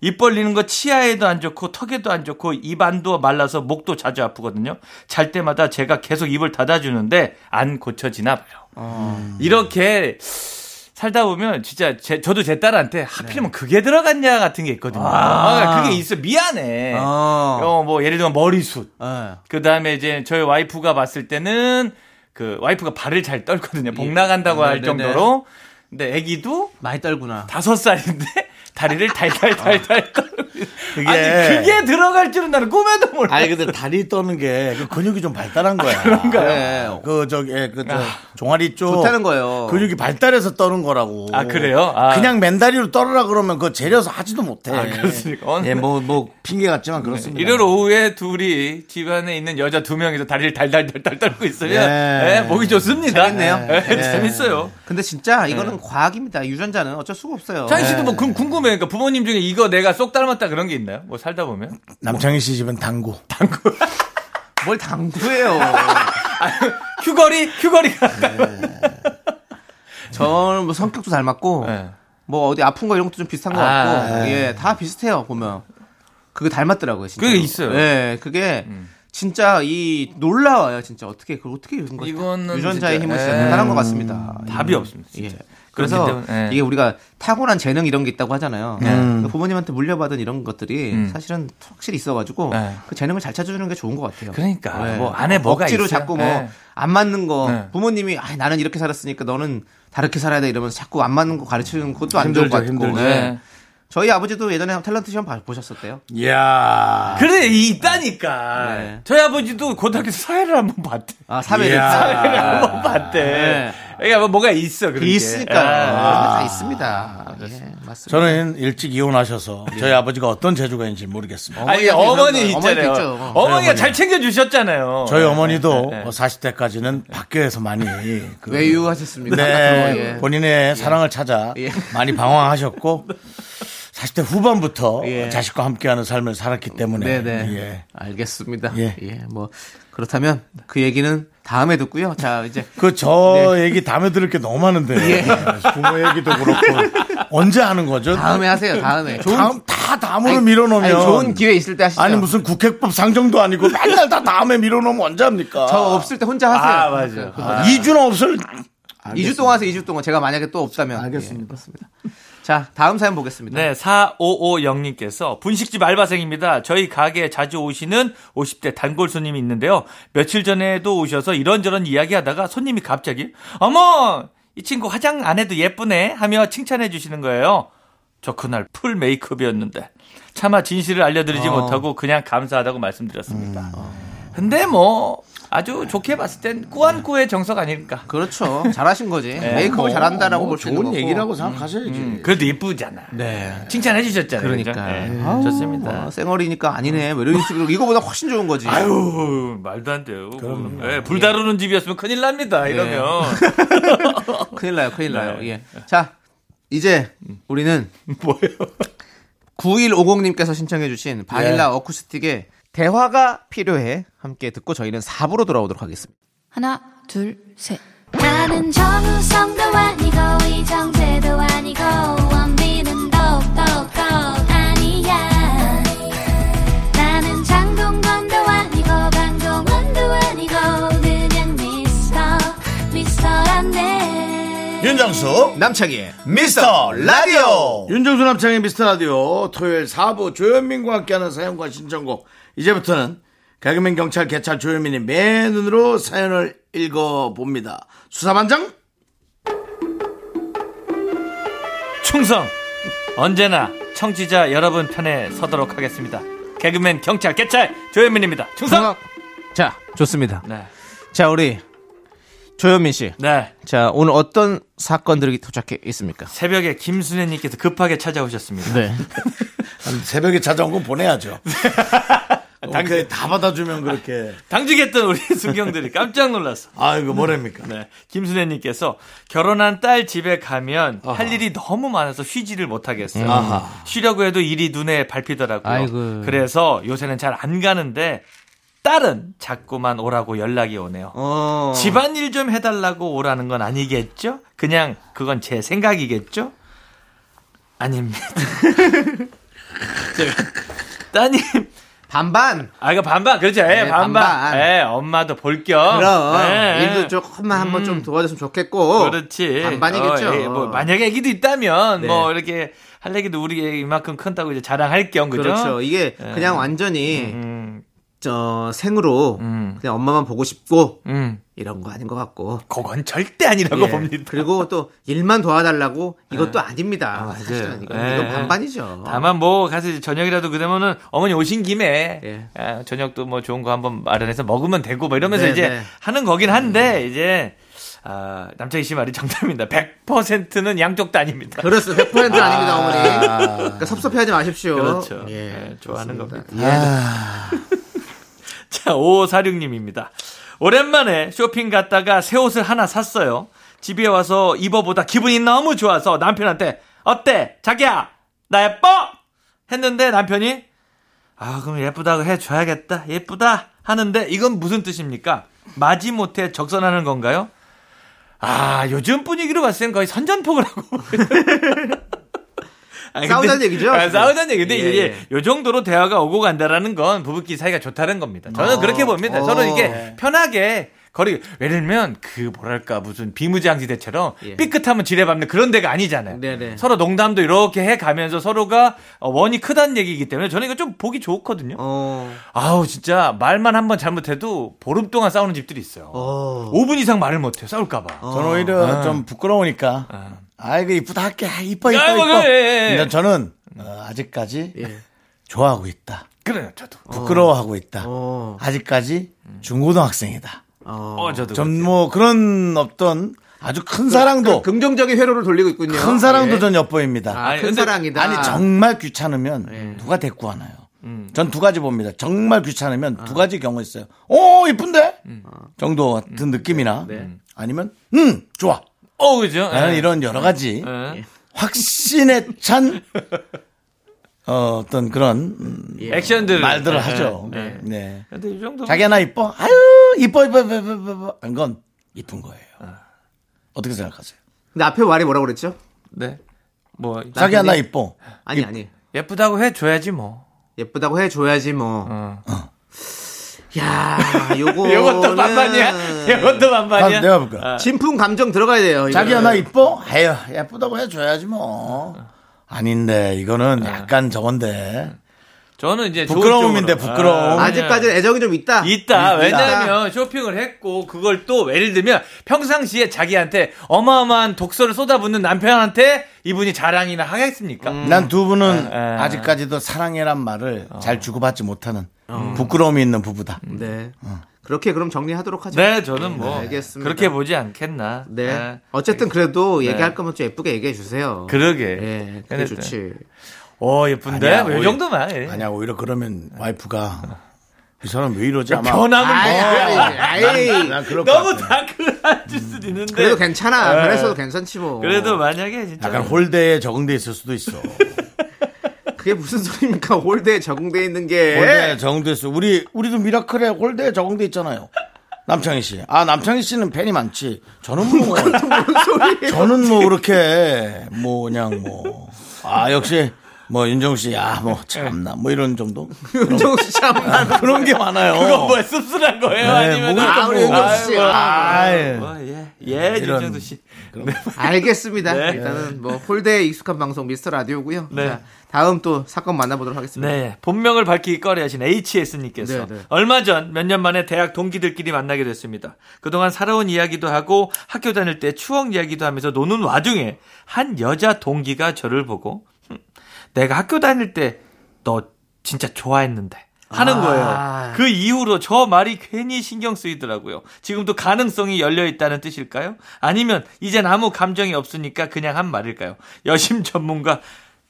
H: 입 벌리는 거 치아에도 안 좋고 턱에도 안 좋고 입 안도 말라서 목도 자주 아프거든요. 잘 때마다 제가 계속 입을 닫아주는데 안 고쳐지나 봐요. 이렇게 살다 보면 진짜 제- 저도 제 딸한테
A: 네.
H: 하필이면 그게 들어갔냐 같은 게 있거든요. 아, 그게 있어 미안해.
B: 아.
H: 어, 뭐 예를 들면 머리숱.
B: 예.
H: 그 다음에 이제 저희 와이프가 봤을 때는 그 와이프가 발을 잘 떨거든요.
A: 예.
H: 복 나간다고 할
B: 네네네.
H: 정도로. 근데 아기도
B: 많이 떨구나.
H: 다섯 살인데 [laughs] 다리를 달달달달 떨고.
A: 아. 그게-
H: 아니 그게 들어갈 줄은 나는 꿈에도 몰라.
A: 아니 근데 다리 떠는 게그 근육이 좀 발달한 거야. 그런가요?
B: 예.
A: 그 저기 예, 그저 종아리 쪽
B: 좋다는 거예요.
A: 근육이 발달해서 떠는 거라고.
H: 아, 그래요? 아.
A: 그냥 맨다리로 떨으라 그러면 그거 재려서 하지도 못해.
H: 아, 그렇습니까? 어,
A: 예, 뭐, 뭐, 핑계 같지만 그렇습니다.
H: 일요일 오후에 둘이 집안에 있는 여자 두 명이서 다리를 달달달달 떨고 있으면
A: 예.
H: 예, 보기 좋습니다.
B: 재밌네요.
H: 예, 재밌어요.
B: 근데 진짜 이거는 과학입니다. 유전자는 어쩔 수가 없어요. 예.
H: 창희 씨도 네. 뭐 그럼 궁금해. 그러니까 부모님 중에 이거 내가 쏙 닮았다 그런 게 있나요? 뭐 살다 보면
A: 남창희 씨 집은 당구.
B: 뭘 당구해요.
H: [laughs] 휴거리 휴거리가
B: 저는 뭐 성격도 닮았고
H: 네.
B: 뭐 어디 아픈 거 이런 것도 좀 비슷한 것 같고
H: 아,
B: 예 다 비슷해요 보면 그게 닮았더라고요 진짜
H: 그게 있어요. 음.
B: 예 그게 진짜 이 놀라워요 진짜 어떻게 그걸 어떻게 이런 거
H: 이거는
B: 유전자의
H: 진짜,
B: 힘을
H: 예. 음,
B: 진짜 대단한 것 같습니다
H: 답이
B: 예.
H: 없습니다, 진짜.
B: 예. 그래서
H: 그렇기 때문에, 예. 네. 음.
B: 이게 우리가 타고난 재능 이런 게 있다고 하잖아요 그 부모님한테 물려받은 이런 것들이 사실은 확실히 있어가지고
H: 예.
B: 그 재능을 잘 찾아주는 게 좋은 것 같아요
H: 그러니까,
B: 예.
H: 뭐 안에 뭐가
B: 억지로
H: 있어요.
B: 자꾸 뭐
H: 예.
B: 안 맞는 거
H: 네.
B: 부모님이 아 나는 이렇게 살았으니까 너는 다르게 살아야 돼 이러면서 자꾸 안 맞는 거 가르치는 것도 안 좋을 것 같고 네. 저희 아버지도 예전에 탤런트 시험 봐- 보셨었대요
A: 이야.
H: [laughs] 그래 있다니까.
B: 네.
H: 저희 아버지도 고등학교 사회를 한번 봤대.
B: 아 3회를 네.
A: 이야. 네.
H: 사회를 한번 봤대. 그러니까 뭐 뭐가 아, 있어 그런 게.
B: 있으니까 네,
H: 아.
B: 다 있습니다 예, 맞습니다
A: 저는 일찍 이혼하셔서 저희 아버지가 어떤 재주가 있는지 모르겠습니다.
H: 아니
B: 어머니한테 그런
H: 어머니
B: 거- 어머니도
H: 있잖아요.
B: 있죠.
H: 어머니가
B: 저희
H: 잘 챙겨 주셨잖아요.
A: 저희 어머니도
H: 네, 네.
A: 어, 40대까지는 밖에서 많이 그
B: 외유하셨습니다
A: 네,
B: 어, 예.
A: 본인의 사랑을 찾아
B: 예. 네.
A: 많이
B: [laughs]
A: 방황하셨고 40대 후반부터
B: 예.
A: 자식과 함께하는 삶을 살았기 때문에
B: 네네
A: 예.
B: 알겠습니다
A: 예.
B: 예. 뭐 그렇다면 그 얘기는 다음에 듣고요 자 이제
A: 그 저
B: 네.
A: 얘기 다음에 들을 게 너무 많은데
B: 예.
A: 네. 부모 얘기도 그렇고 언제 하는 거죠?
B: 다음에 하세요 다음에 좋은
A: 다음 다 다음으로
B: 아니,
A: 밀어놓으면
B: 아니, 좋은 기회 있을 때 하시죠
A: 아니, 무슨 국회법 상정도 아니고 맨날 다 다음에 밀어놓으면 언제 합니까?
B: 저 없을 때 혼자 하세요 그
H: 아 맞아요.
A: 아, 2주는 없을
B: 2주 동안 하세요, 2주 동안. 제가 만약에 또 없다면. 알겠습니다. 그렇습니다. 자, 다음 사연 보겠습니다.
H: 네, 4550님께서 분식집 알바생입니다. 저희 가게에 자주 오시는 50대 단골 손님이 있는데요. 며칠 전에도 오셔서 이런저런 이야기하다가 손님이 갑자기 어머 이 친구 화장 안 해도 예쁘네 하며 칭찬해 주시는 거예요. 저 그날 풀 메이크업이었는데 차마 진실을
B: 어.
H: 알려드리지 못하고 그냥 감사하다고 말씀드렸습니다.
B: 음.
H: 근데 뭐 아주 좋게 봤을 땐 꾸안꾸의 정석 아닐까.
B: 그렇죠. 잘하신
H: [laughs]
B: 거지.
H: 네.
B: 메이크업
H: 뭐,
B: 을 잘한다라고 볼 수 있는
A: 좋은
B: 거고.
A: 얘기라고 생각하셔야지.
H: 그래도 이쁘잖아.
B: 음. 네.
H: 칭찬해 주셨잖아요. 그죠?
B: 그러니까.
H: 네,
B: 아우,
H: 좋습니다.
B: 어, 쌩얼이니까 아니네. 뭐 이런 식으로 이거보다 훨씬 좋은 거지.
H: 아유 말도 안 돼요. 예, 불 다루는 집이었으면 큰일 납니다. 이러면
B: 큰일 어, 나요, 큰일 나요.
H: 네. [laughs]
B: 예. 자, 이제 우리는
H: 뭐예요?
B: 9150님께서 신청해주신 바닐라
H: 네.
B: 어쿠스틱의 대화가 필요해 함께 듣고 저희는 4부로 돌아오도록 하겠습니다.
I: 하나, 둘, 셋.
E: 나는 정우성도 아니고 이정재도 아니고 원빈은 더욱더 아니야 나는 장동건도 아니고 강동원도 아니고 그냥 미스터 미스터란데
G: 윤정수
B: 남창희의
G: 미스터 라디오
A: 윤정수 남창의 미스터 라디오 토요일 4부 조현민과 함께하는 사연과 신청곡 이제부터는 개그맨 경찰 개찰 조현민이 맨 눈으로 사연을 읽어봅니다 수사반장
H: 충성 언제나 청취자 여러분 편에 서도록 하겠습니다. 개그맨 경찰 개찰 조현민입니다. 충성.
B: 자 좋습니다.
H: 네.
B: 자 우리 조현민 씨.
H: 네.
B: 자 오늘 어떤 사건들이 도착해 있습니까?
H: 새벽에 김순애님께서 급하게 찾아오셨습니다.
B: 네.
A: 새벽에 찾아온 건 [laughs] 보내야죠 당다 어, 받아주면 그렇게
H: 당직했던 우리 [laughs] 순경들이 깜짝 놀랐어.
A: 아이고 뭐랍니까
H: 네. 김순애님께서 결혼한 딸 집에 가면 할 일이 너무 많아서 쉬지를 못하겠어요. 쉬려고 해도 일이 눈에
B: 음.
H: 밟히더라고요.
B: 아이고.
H: 그래서 요새는 잘 안 가는데 딸은 자꾸만 오라고 연락이 오네요.
B: 어.
H: 집안일 좀 해달라고 오라는 건 아니겠죠? 그냥 그건 제 생각이겠죠? 아닙니다. [laughs] 따님,
B: 반반.
H: 아 이거 반반 그렇죠? 예,
B: 네,
H: 반반.
B: 반반.
H: 예, 엄마도 볼 겸.
B: 그럼
H: 예,
B: 일도
H: 예.
B: 조금만 한번 좀 도와줬으면 좋겠고.
H: 그렇지.
B: 어, 반반이겠죠.
H: 어, 예, 뭐 만약에 애기도 있다면
B: 네.
H: 뭐 이렇게 할 얘기도 우리 애기 이만큼 큰다고 이제 자랑할 겸 그죠?
B: 그렇죠. 이게
H: 예.
B: 그냥 완전히
H: 음,
B: 저 생으로
H: 음.
B: 그냥 엄마만 보고 싶고
H: 음.
B: 이런 거 아닌 것 같고.
H: 그건 절대 아니라고
B: 예.
H: 봅니다. 네.
B: 그리고 또 일만 도와달라고 이것도 아닙니다. 사실은 이건,
H: 예.
B: 이건 반반이죠.
H: 다만 뭐 가서 이제 저녁이라도 그러면은 어머니 오신 김에
B: 예.
H: 아, 저녁도 뭐 좋은 거 한번 마련해서 먹으면 되고 뭐 이러면서
B: 네, 음.
H: 이제
B: 네.
H: 하는 거긴 한데 이제 아, 남창희 씨 말이 정답입니다. 100%는 양쪽 다 아닙니다.
B: 그렇습니다. 100% 아닙니다, 어머니. 그러니까 섭섭해하지 마십시오.
H: 그렇죠.
B: 예,
H: 예, 좋아하는
B: 좋습니다.
H: 겁니다. [laughs] 자, 5546님입니다. 오랜만에 쇼핑 갔다가 새 옷을 하나 샀어요. 집에 와서 입어보다 기분이 너무 좋아서 남편한테 어때? 자기야! 나 예뻐? 했는데 남편이 아, 그럼 예쁘다고 해줘야겠다. 예쁘다. 하는데 이건 무슨 뜻입니까? 마지못해 적선하는 건가요? 아, 요즘 분위기로 봤을 땐 거의 선전포고라고. 아니, 근데-
B: 싸우자는 얘기죠?
H: 아, 싸우자는 얘기인데,
B: 예,
H: 이게
B: 예.
H: 요 정도로 대화가 오고 간다라는 건 부부끼리 사이가 좋다는 겁니다. 저는
B: 어.
H: 그렇게 봅니다.
B: 어.
H: 저는 이게 편하게 거리, 왜냐면 그 뭐랄까 무슨 비무장지대처럼
B: 예.
H: 삐끗하면 지뢰밟는 그런 데가 아니잖아요.
B: 네네.
H: 서로 농담도 이렇게 해 가면서 서로가 어, 원이 크다는 얘기이기 때문에 저는 이거 좀 보기 좋거든요.
B: 어,
H: 아우, 진짜 말만 한 번 잘못해도 보름 동안 싸우는 집들이 있어요.
B: 어.
H: 5분 이상 말을 못해요. 싸울까봐.
A: 저는 오히려 좀 부끄러우니까 아. 아이고 이쁘다 할게 아, 이뻐 이뻐
H: 아,
A: 이뻐
H: 뭐, 예, 예, 예.
A: 근데 저는 어, 아직까지 좋아하고 있다
H: 그래요, 저도.
A: 부끄러워하고 있다
B: 어.
A: 아직까지 중고등학생이다
H: 어, 저도.
A: 전 뭐 그런 어떤 아주 큰 사랑도
B: 그 긍정적인 회로를 돌리고 있군요.
A: 큰 사랑도
B: 예.
A: 전 엿보입니다.
B: 아,
H: 아니,
B: 큰
H: 근데-
B: 사랑이다. 예.
A: 아니 정말 귀찮으면 누가 대꾸 하나요?
B: 음.
A: 전 두 가지 봅니다. 정말 귀찮으면
B: 아.
A: 두 가지 경우 있어요. 오 이쁜데
B: 음.
A: 어. 정도 같은 느낌이나
B: 네.
A: 아니면 음 좋아.
H: 어, 그죠?
A: 나는
H: 예.
A: 이런 여러 가지
H: 예.
A: 확신에 찬 어, 떤 그런 음,
H: 액션들.
A: 말들을
H: 예.
A: 하죠.
H: 예.
A: 네.
H: 근데 이 정도.
A: 자기 하나 이뻐? 아유 이뻐 이뻐 이뻐 이뻐 이뻐. 이건 이쁜 거예요.
H: 아.
A: 어떻게 생각하세요?
B: 근데 앞에 말이 뭐라고 그랬죠?
H: 네. 뭐
A: 자기 하나 이뻐.
B: 아니, 아니.
H: 예쁘다고 해 줘야지 뭐.
B: 예쁘다고 해줘야지, 뭐.
H: 어.
B: 야
H: [laughs]
B: 요거.
H: 이것도 반반이야. 이것도 반반이야.
A: 아, 내가 볼까?
H: 아,
B: 진품 감정 들어가야 돼요.
A: 자기
B: 이거는.
A: 하나 이뻐? 에휴, 예쁘다고 해줘야지 뭐. 아닌데, 이거는 약간 저건데.
H: 저는 이제 좋은
A: 부끄러움인데,
H: 쪽으로.
A: 부끄러움.
H: 아,
B: 아직까지는 애정이 좀 있다.
H: 있다. 왜냐하면 쇼핑을 했고 그걸 또 예를 들면 평상시에 자기한테 어마어마한 독서를 쏟아붓는 남편한테 이분이 자랑이나 하겠습니까?
A: 난 두 분은
H: 에.
A: 아직까지도 사랑해란 말을
H: 어.
A: 잘 주고받지 못하는 부끄러움이 있는 부부다.
H: 음.
B: 네.
A: 어.
B: 그렇게 그럼 정리하도록 하죠.
H: 네, 저는 뭐
B: 네, 알겠습니다.
H: 그렇게 보지 않겠나.
B: 네.
H: 네.
B: 어쨌든 그래도
H: 네.
B: 얘기할 거면 좀 예쁘게 얘기해 주세요.
H: 그러게.
B: 예, 그게
H: 근데
B: 좋지.
H: 오 예쁜데
A: 아니야,
H: 이
A: 오히려-
H: 정도만. 예.
A: 아니야, 오히려 그러면 와이프가 이 사람 왜 이러지? 아마.
H: 변함은
B: 아이,
H: 뭐
B: 아이, 아이.
A: 난 그럴 것
H: 너무
A: 같아.
H: 다크해질 수도 있는데.
B: 그래도 괜찮아.
H: 네.
A: 어.
B: 그래서도 괜찮지 뭐.
H: 그래도 만약에 진짜
A: 약간 홀대에 적응돼 있을 수도 있어.
B: 그게 무슨 소리입니까? [laughs] 홀대에 적응돼 있는
H: 예.
B: 게.
A: 홀대에 적응돼 있어. 우리 우리도 미라클에 홀대에 적응돼 있잖아요. 남창희 씨. 아 남창희 씨는 팬이 많지. 저는
H: [laughs]
A: 뭐 저는 뭐 그렇게 뭐 그냥 뭐 아 역시 뭐 윤정 씨야뭐 참나 뭐 이런 정도
B: 윤정수 씨 한번
A: 그런 게 많아요. 네,
H: 그거 뭐야 씁쓸한 거예요? 아니면
A: 뭐가
B: 아, 우리 윤정수 씨. 아,
H: 예, 예,
A: 이런.
H: 윤정수 씨.
B: 알겠습니다.
H: 네.
B: 일단은 뭐 홀대에 익숙한 방송 미스터 라디오고요.
H: 네.
B: 자, 다음 또 사건 만나보도록 하겠습니다.
H: 네, 본명을 밝히기 꺼려하신
B: 네,
H: HS님께서
B: 네.
H: 얼마 전 몇 년 만에 대학 동기들끼리 만나게 됐습니다. 그동안 살아온 이야기도 하고 학교 다닐 때 추억 이야기도 하면서 노는 와중에 한 여자 동기가 저를 보고 "흠, 내가 학교 다닐 때 너 진짜 좋아했는데 하는 거예요. 그 이후로 저 말이 괜히 신경 쓰이더라고요. 지금도 가능성이 열려 있다는 뜻일까요? 아니면 이젠 아무 감정이 없으니까 그냥 한 말일까요? 여심 전문가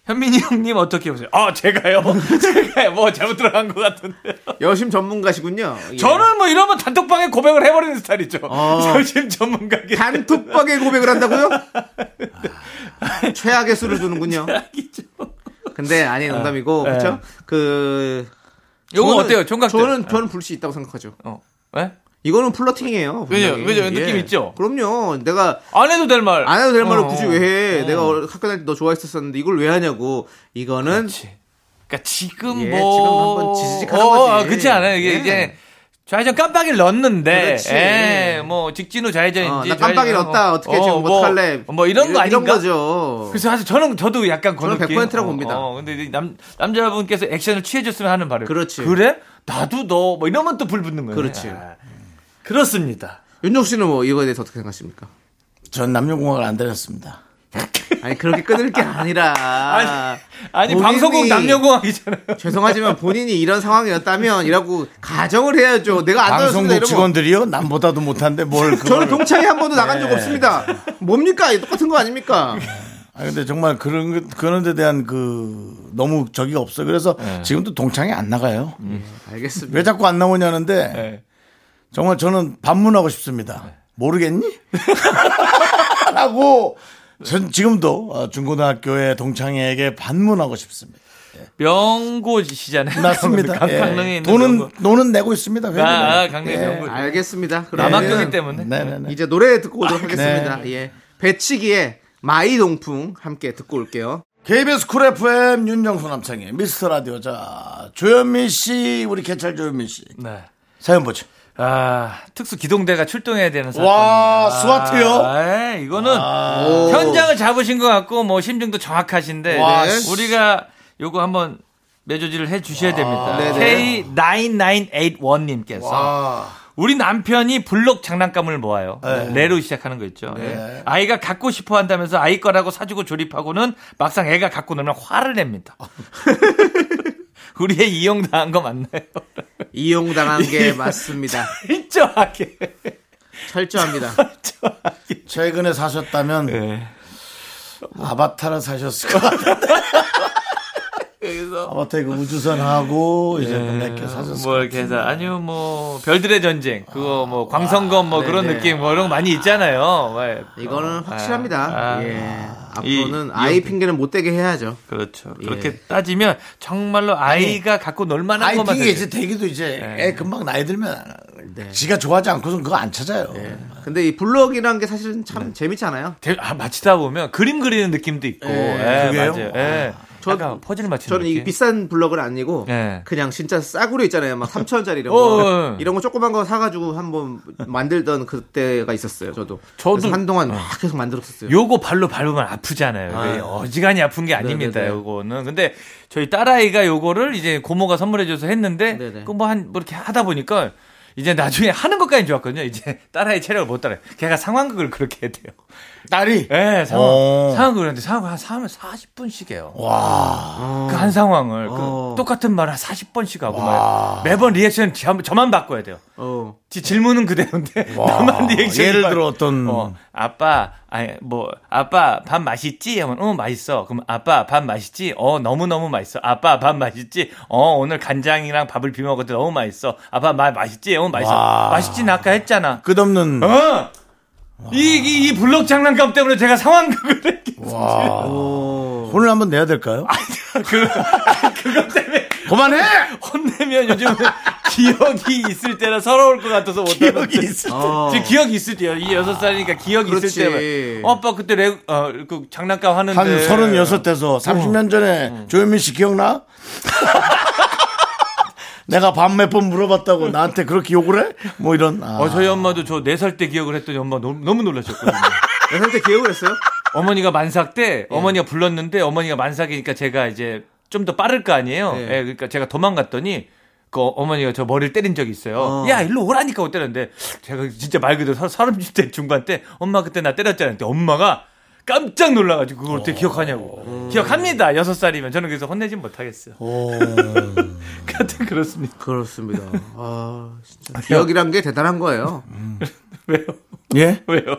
H: 현민이 형님 어떻게 보세요? 아 제가요? [laughs] 제가 뭐 잘못 들어간 것 같은데.
B: 네. 여심 전문가시군요. 예. [laughs]
H: 저는 뭐 이러면 단톡방에 고백을 해버리는 스타일이죠. [laughs]
B: 어.
H: 여심 전문가기.
B: 단톡방에 고백을 한다고요? 아, 최악의 수를 주는군요.
H: 딱이죠.
B: 근데 아니 농담이고
H: 네.
B: 그렇죠? 그
H: 요거
B: 저는-
H: 어때요, 네. 총각들?
B: 저는 저는 불 수 있다고 생각하죠.
H: 어. 왜?
B: 이거는 플러팅이에요.
H: 왜죠?
B: 분명히. 예.
H: 왜죠? 느낌 있죠?
B: 그럼요. 내가
H: 안 해도 될 말.
B: 안 해도 될 말을
H: 어,
B: 굳이
H: 어,
B: 왜 해?
H: 어.
B: 내가 학교 다닐 때 너 좋아했었었는데 이걸 왜 하냐고. 이거는
H: 그렇지. 그러니까 지금
B: 예,
H: 뭐
B: 지금 한번 지지직하는
H: 어, 어,
B: 거지.
H: 그렇지 않아요. 이게
B: 예.
H: 이제 좌회전 깜빡이를 넣었는데,
B: 그렇지.
H: 예, 뭐 직진우 좌회전인지
B: 어, 나 깜빡이
H: 좌회전,
B: 넣었다.
H: 어,
B: 어떻게 지금
H: 뭐,
B: 어떡할래?
H: 뭐 이런 거 아닌가?
B: 이런 거죠.
H: 그래서 사실 저는 저도 약간 그런
B: 저는 100% 라고
H: 어,
B: 봅니다.
H: 어, 근데 이제 남 남자분께서 액션을 취해줬으면 하는 바람.
B: 그렇지.
H: 그래? 나도 너 뭐 이러면 또 불 붙는 거예요.
B: 그렇지.
H: 아, 그렇습니다.
B: 윤종 씨는 뭐 이거에 대해서 어떻게 생각하십니까?
A: 전 남녀공학을 안 다녔습니다.
B: 아니 그렇게 끊을 게 아니라
H: 아니, 아니
B: 본인이-
H: 방송국 남녀공학이잖아요. [laughs]
B: 죄송하지만 본인이 이런 상황이었다면이라고 가정을 해야죠. 내가 안 떨어졌다
A: 방송국
B: 이러면
A: 직원들이요? 남보다도 못한데 뭘
B: [laughs] 저는
A: 그걸
B: 동창회 한 번도
A: 네.
B: 나간 적 없습니다. 뭡니까? 똑같은 거 아닙니까?
A: 아 근데 정말 그런 것- 그런 데 대한 그 너무 적이 없어. 그래서
H: 네.
A: 지금도 동창회 안 나가요.
B: 알겠습니다.
A: 왜 자꾸 안 나오냐는데
H: 음. 네.
A: 정말 저는 반문하고 싶습니다. 모르겠니? [laughs] 라고 전 지금도 어, 중고등학교의 동창회에게 반문하고 싶습니다.
H: 명고시잖아요.
A: 맞습니다.
H: 아, 강- 강릉에
A: 예.
H: 있는
A: 돈은
H: 명고.
A: 돈은 내고 있습니다.
B: 네.
A: 회비는.
H: 아, 아, 강릉에 명고.
B: 알겠습니다. 그러면
H: 네. 남학교기 때문에.
A: 네네네.
B: 이제 노래 듣고 오도록 하겠습니다.
H: 네.
B: 예. 배치기의 마이 동풍 함께 듣고 올게요.
A: KBS 쿨 FM 윤정수 남창희 미스터 라디오 자 조현민 씨 우리 개찰 조현민 씨
H: 네.
A: 사연 보죠.
H: 아, 특수 기동대가 출동해야 되는 사건.
A: 와, 스와트요?
H: 아, 에이, 이거는
B: 오.
H: 현장을 잡으신 것 같고 뭐 심증도 정확하신데
B: 와,
H: 네.
B: 씨.
H: 우리가 요거 한번 매조지를 해 주셔야 됩니다.
B: 네네.
H: K9981 님께서 우리 남편이 블록 장난감을 모아요.
B: 네.
H: 레로 시작하는 거 있죠. 예. 아이가 갖고 싶어 한다면서 아이 거라고 사주고 조립하고는 막상 애가 갖고 놀면 화를 냅니다.
B: 어.
H: [laughs] 우리 애 이용당한 거 맞나요?
B: 이용당한
H: [laughs]
B: 게 맞습니다.
H: 일정하게. [laughs]
B: 철저합니다.
A: 최근에 사셨다면
H: 예.
A: 아바타를 사셨을 것 같아요.
H: [laughs]
A: 아바타의 그 우주선하고 이제 맥혀 사셨을 것
H: 예. 뭐 이렇게 해서 아니요 뭐 별들의 전쟁 그거 뭐 광선검 뭐 그런 느낌 뭐 이런 거 많이 있잖아요. 왜.
B: 아, 네. 이거는
H: 어,
B: 확실합니다.
H: 아,
B: 예.
H: 이-
B: 앞으로는
H: 이
B: 아이
H: 형태.
B: 핑계는 못 대게 해야죠.
H: 그렇죠.
B: 예.
H: 그렇게 따지면 정말로 아이가 갖고 놀만한 예.
A: 아이
H: 것만
A: 핑계
H: 되죠.
A: 이제 대기도 이제 애 금방 나이 들면
H: 네.
A: 지가 좋아하지 않고선 그거 안 찾아요.
H: 예.
B: 근데 이 블럭이라는 게 사실은
H: 네.
B: 참 재밌잖아요.
H: 대- 아, 맞히다 보면 그림 그리는 느낌도 있고, 예,
A: 그게요?
H: 맞아요. 예.
B: 저-
H: 약간 퍼즐 맞히는
B: 저는 이
H: 느낌.
B: 비싼 블럭은 아니고
H: 네.
B: 그냥 진짜 싸구려 있잖아요.
H: [laughs]
B: 막 3천원짜리 이런
H: 어,
B: 거.
H: 어.
B: 이런 거 조그만 거 사가지고 한번 만들던 그때가 있었어요. 저도.
H: 저도- 아.
B: 그래서 한동안 막 계속 만들었었어요.
H: 요거 발로 밟으면 아프잖아요. 이게 어지간히 아픈 게 아닙니다.
B: 네네네.
H: 요거는. 근데 저희 딸아이가 요거를 이제 고모가 선물해줘서 했는데
B: 네네.
H: 그뭐한뭐 이렇게 하다 보니까 이제 나중에 하는 것까지 좋았거든요. 이제 [laughs] 딸아이 체력을 못 따라요. 걔가 상황극을 그렇게 해야 돼요.
A: 딸이
H: 예, 상황,
A: 어.
H: 상황극을 하는데 상황을 한 3, 40분씩 해요. 그 한 상황을 그
B: 어.
H: 똑같은 말을 한 40번씩 하고 막 매번 리액션 저- 저만 바꿔야 돼요.
B: 어.
H: 지- 질문은 그대로인데 [laughs] 나만 리액션
A: 예를 들어 어떤-
H: 아빠 아니 뭐 아빠 밥 맛있지 하면 어 맛있어 그럼 아빠 밥 맛있지 어 너무 너무 맛있어 아빠 밥 맛있지 어 오늘 간장이랑 밥을 비벼 먹었더니 너무 맛있어 아빠 맛 맛있지 어 맛있어 맛있지 나 아까 했잖아
A: 끝없는
H: 어 이, 이, 이 블록 장난감 때문에 제가 상황극을 했겠어.
A: 혼을 한번 내야 될까요?
H: 그, 그것 때문에
A: 그만해!
H: [laughs] 혼내면 요즘 기억이 있을 때라 서러울 것 같아서 못하는데.
A: 기억이 아, 있어.
B: 어.
H: 지금 기억 있을 때요. 이 여섯 살이니까 기억 있을
B: 그렇지.
H: 때만. 아빠 그때 레, 어, 그 장난감 하는데.
A: 한 서른여섯 돼서 30년 전에
H: 어.
A: 조현민 씨 기억나? [laughs] 내가 밤 몇 번 물어봤다고 나한테 그렇게 욕을 해? 뭐 이런. 아.
H: 어, 저희 엄마도 저 네 살 때 기억을 했더니 엄마 너무,
B: [laughs]
H: 너무 놀라셨거든요.
B: 한테 네 기억을 했어요? 예.
H: 어머니가 만삭 때 어머니가 불렀는데 어머니가 만삭이니까 제가 이제 좀 더 빠를 거 아니에요.
B: 예.
H: 예, 그러니까 제가 도망갔더니 그 어머니가 저 머리를 때린 적이 있어요. 야 일로 오라니까 고 때렸는데 제가 진짜 말 그대로 서- 서른 대 중반 때 엄마 그때 나 때렸잖아요. 근데 엄마가 깜짝 놀라가지고 그걸 어떻게 기억하냐고.
B: 음.
H: 기억합니다. 여섯 살이면 저는 그래서 혼내진 못하겠어요. [laughs] 하여튼 그렇습니다.
B: 그렇습니다. 아, 진짜. 기억이란 게 대단한 거예요.
H: 왜요?
A: 예?
H: 왜요?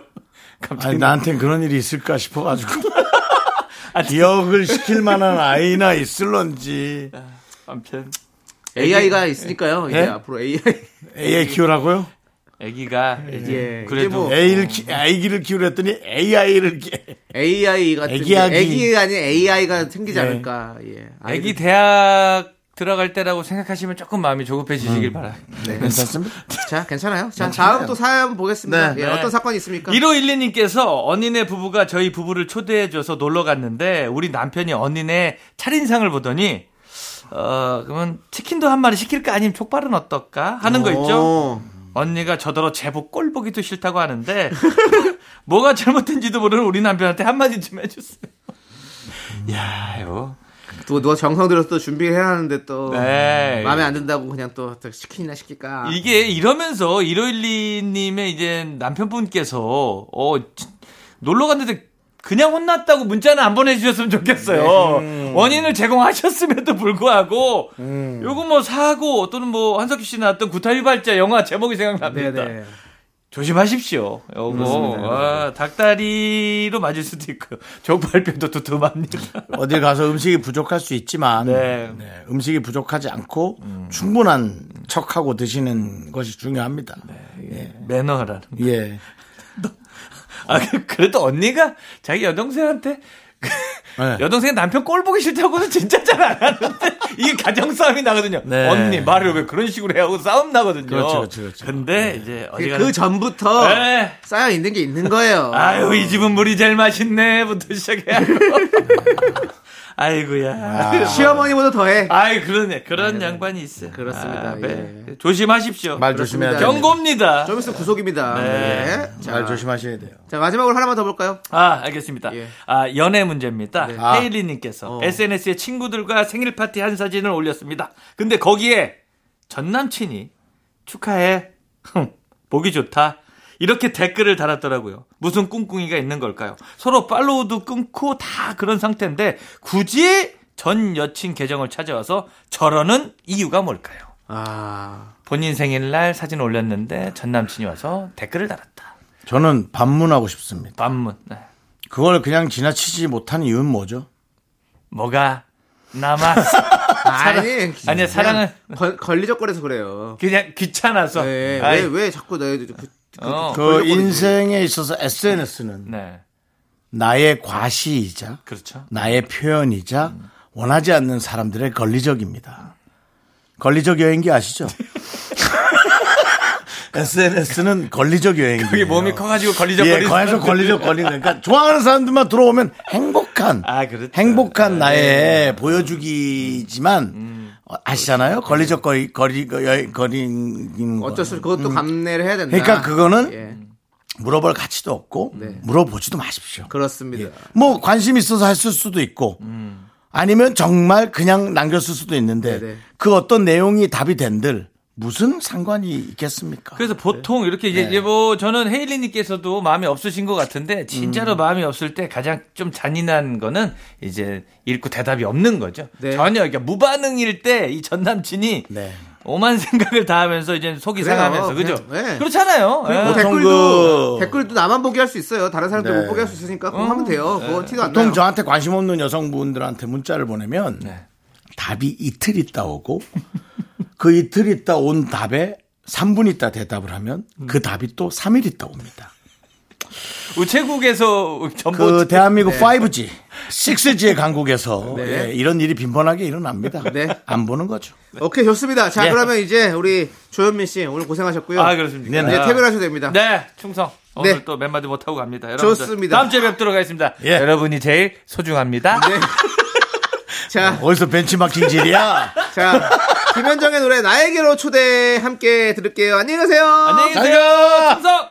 H: 갑자기
A: 아니, 나한텐 그런 일이 있을까 싶어가지고. [laughs] 아, 기억을 시킬 만한 아이나 있을런지.
H: 남편
B: AI가 있으니까요. 이제
A: 예?
B: 앞으로 AI.
A: AI 키우라고요?
H: 아기가
B: [laughs] 예.
H: 이제
B: 이제
H: 그래도
B: 뭐
A: A를 키, 아기를 키우랬더니 AI를 키.
B: AI 같은
A: 애기
B: 게-
A: 아기.
B: 애기 아닌 AI가 생기지
A: 예.
B: 않을까. 예.
H: 아기 대학 들어갈 때라고 생각하시면 조금 마음이 조급해지시길 바라요.
A: 괜찮습니다.
B: 자, 괜찮아요.
H: 네.
B: 자, 다음 또 사연 보겠습니다. 예, 어떤 사건이 있습니까?
H: 1512님께서 언니네 부부가 저희 부부를 초대해줘서 놀러 갔는데 우리 남편이 언니네 차린상을 보더니 어 그러면 치킨도 한 마리 시킬까 아니면 족발은 어떨까 하는 거 있죠.
B: 오.
H: 언니가 저더러 제법 꼴 보기도 싫다고 하는데 [laughs] 뭐가 잘못된지도 모르는 우리 남편한테 한마디 좀 해주세요. 야요.
B: 또 누가 정성 들여서 또 준비를 해놨는데 또
H: 네.
B: 마음에 안 든다고 그냥 또 어떻게 시키나 시킬까.
H: 이게 이러면서 1512님의 이제 남편분께서 어 지- 놀러 갔는데 그냥 혼났다고 문자는 안 보내주셨으면 좋겠어요. 원인을 제공하셨음에도 불구하고 요거 뭐 사고 또는 뭐 한석규 씨 나왔던 구타휘발자 영화 제목이 생각납니다.
B: 네네.
H: 조심하십시오. 요거 아, 닭다리로 맞을 수도 있고요. 족발뼈도 두툼합니다.
A: 어딜 가서 음식이 부족할 수 있지만
H: 네.
A: 네, 음식이 부족하지 않고 충분한 척하고 드시는 것이 중요합니다.
H: [laughs] 네. 매너라는.
A: 예.
H: 아 그- 그래도 언니가 자기 여동생한테 그
A: 네.
H: 여동생 남편 꼴 보기 싫다고는 진짜 잘 안 하는데 이게 가정 싸움이 나거든요.
A: 네.
H: 언니 말을 왜 그런 식으로 해 하고 싸움 나거든요.
A: 그렇죠, 그렇죠, 그렇죠.
H: 근데 이제 어디
B: 그
H: 가그
B: 전부터
H: 네.
B: 쌓여 있는 게 있는 거예요.
H: [laughs] 아유 이 집은 물이 제일 맛있네부터 시작해. [laughs] 아이고야.
B: 시어머니보다 더해.
H: 아이 그러네 그런 양반이 있어.
B: 그렇습니다.
H: 아, 네.
B: 예.
H: 조심하십시오.
A: 말 조심해야 돼요.
H: 경고입니다.
B: 좀 있으면 구속입니다.
H: 네.
B: 예. 자,
A: 말 조심하셔야 돼요.
B: 자, 마지막으로 하나만 더 볼까요?
H: 아, 알겠습니다.
B: 예.
H: 아, 연애 문제입니다. 어.
A: 아.
H: 헤일리님께서 SNS에 친구들과 생일 파티 한 사진을 올렸습니다. 근데 거기에 전 남친이 축하해. 흠, 보기 좋다. 이렇게 댓글을 달았더라고요. 무슨 꿍꿍이가 있는 걸까요? 서로 팔로우도 끊고 다 그런 상태인데 굳이 전 여친 계정을 찾아와서 저러는 이유가 뭘까요?
B: 아,
H: 본인 생일날 사진 올렸는데 전 남친이 와서 댓글을 달았다.
A: 저는 반문하고 싶습니다.
H: 반문. 네.
A: 그걸 그냥 지나치지 못한 이유는 뭐죠?
H: 뭐가 남았어?
B: 아니,
H: 아니야,
B: 그냥
H: 사랑은-
B: 걸- 네. 걸리적거려서 그래요.
H: 그냥 귀찮아서.
B: 네,
H: 아이,
B: 왜, 왜 자꾸 나, 그, 그,
H: 어.
A: 그 인생에 있어서 SNS는
H: 네.
A: 나의 과시이자
H: 그렇죠.
A: 나의 표현이자 원하지 않는 사람들의 걸리적입니다. 걸리적 여행기
H: [laughs]
A: 아시죠? SNS는 걸리적 여행기.
H: 그게 몸이 커가지고
A: 예,
H: 네. 걸리적거리는.
A: 거기서 걸리적 걸리는 그러니까 좋아하는 사람들만 들어오면 행복한
H: 아, 그렇죠.
B: 네.
A: 행복한 나의 보여주기지만
B: 음.
A: 어, 아시잖아요. 걸리적 거리 거리 거리 거리는
B: 어쩔 수
A: 거는.
B: 없이 그것도 감내를 해야 된다.
A: 그러니까 그거는
B: 예, 네.
A: 물어볼 가치도 없고 물어보지도 마십시오.
B: 그렇습니다.
A: 뭐 관심 있어서 했을 수도 있고 아니면 정말 그냥 남겼을 수도 있는데
B: 음. 네네.
A: 그 어떤 내용이 답이 된들 무슨 상관이 있겠습니까?
H: 그래서 보통 이렇게 이제 이제 뭐 저는 헤일리님께서도 마음이 없으신 것 같은데 진짜로 마음이 없을 때 가장 좀 잔인한 거는 이제 읽고 대답이 없는 거죠.
B: 네.
H: 전혀 그러니까 무반응일 때 이 전 남친이
A: 네.
H: 오만 생각을 다하면서 이제 속이
B: 그래요.
H: 상하면서 그죠?
B: 그냥, 네.
H: 그렇잖아요. 예.
B: 뭐
A: 보통
B: 댓글도
A: 그-
B: 댓글도 나만 보게 할 수 있어요. 다른 사람들
A: 네.
B: 못 보게 할 수 있으니까 그거 하면 돼요. 그거 티도 안 나요. 네.
A: 보통 저한테 관심 없는 여성분들한테 문자를 보내면 답이 이틀 있다 오고 [laughs] 그 이틀 있다 온 답에 3분 있다 대답을 하면
B: 음.
A: 그 답이 또 3일 있다 옵니다.
H: 우체국에서 전보
B: 음, 뭐, 네.
A: 그 대한민국 5G 식스지의 강국에서 예, 이런 일이 빈번하게 일어납니다.
B: 네.
A: 안 보는 거죠.
B: 오케이 좋습니다. 자
A: 네.
B: 그러면 이제 우리 조현민 씨 오늘 고생하셨고요.
H: 아, 그렇습니까?
B: 이제 퇴근하셔도 됩니다.
H: 네, 충성. 오늘
B: 네.
H: 또 몇 마디 못하고 갑니다. 여러분.
B: 좋습니다.
H: 다음 주에 뵙도록 하겠습니다.
A: 예.
H: 여러분이 제일 소중합니다.
B: 자,
A: 어디서 벤치마킹 질이야?
B: 자 김현정의 노래 나에게로 초대 함께 들을게요. 안녕히 가세요.
H: 안녕히 계세요. 충성!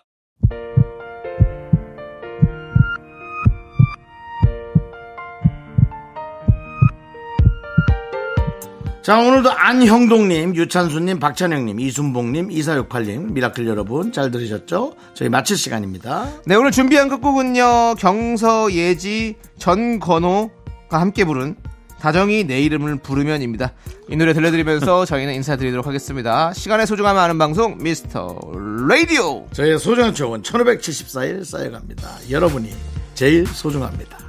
A: 자, 오늘도 안형동님, 유찬수님, 박찬영님, 이순봉님, 이사육팔님, 미라클 여러분 잘 들으셨죠? 저희 마칠 시간입니다.
B: 네 오늘 준비한 끝곡은요 경서 예지 전건호가 함께 부른 다정이 내 이름을 부르면입니다 이 노래 들려드리면서 저희는 인사드리도록 하겠습니다 시간의 소중함을 아는 방송 미스터 라디오
A: 저희의 소중한 추억은 1574일 쌓여갑니다. 여러분이 제일 소중합니다.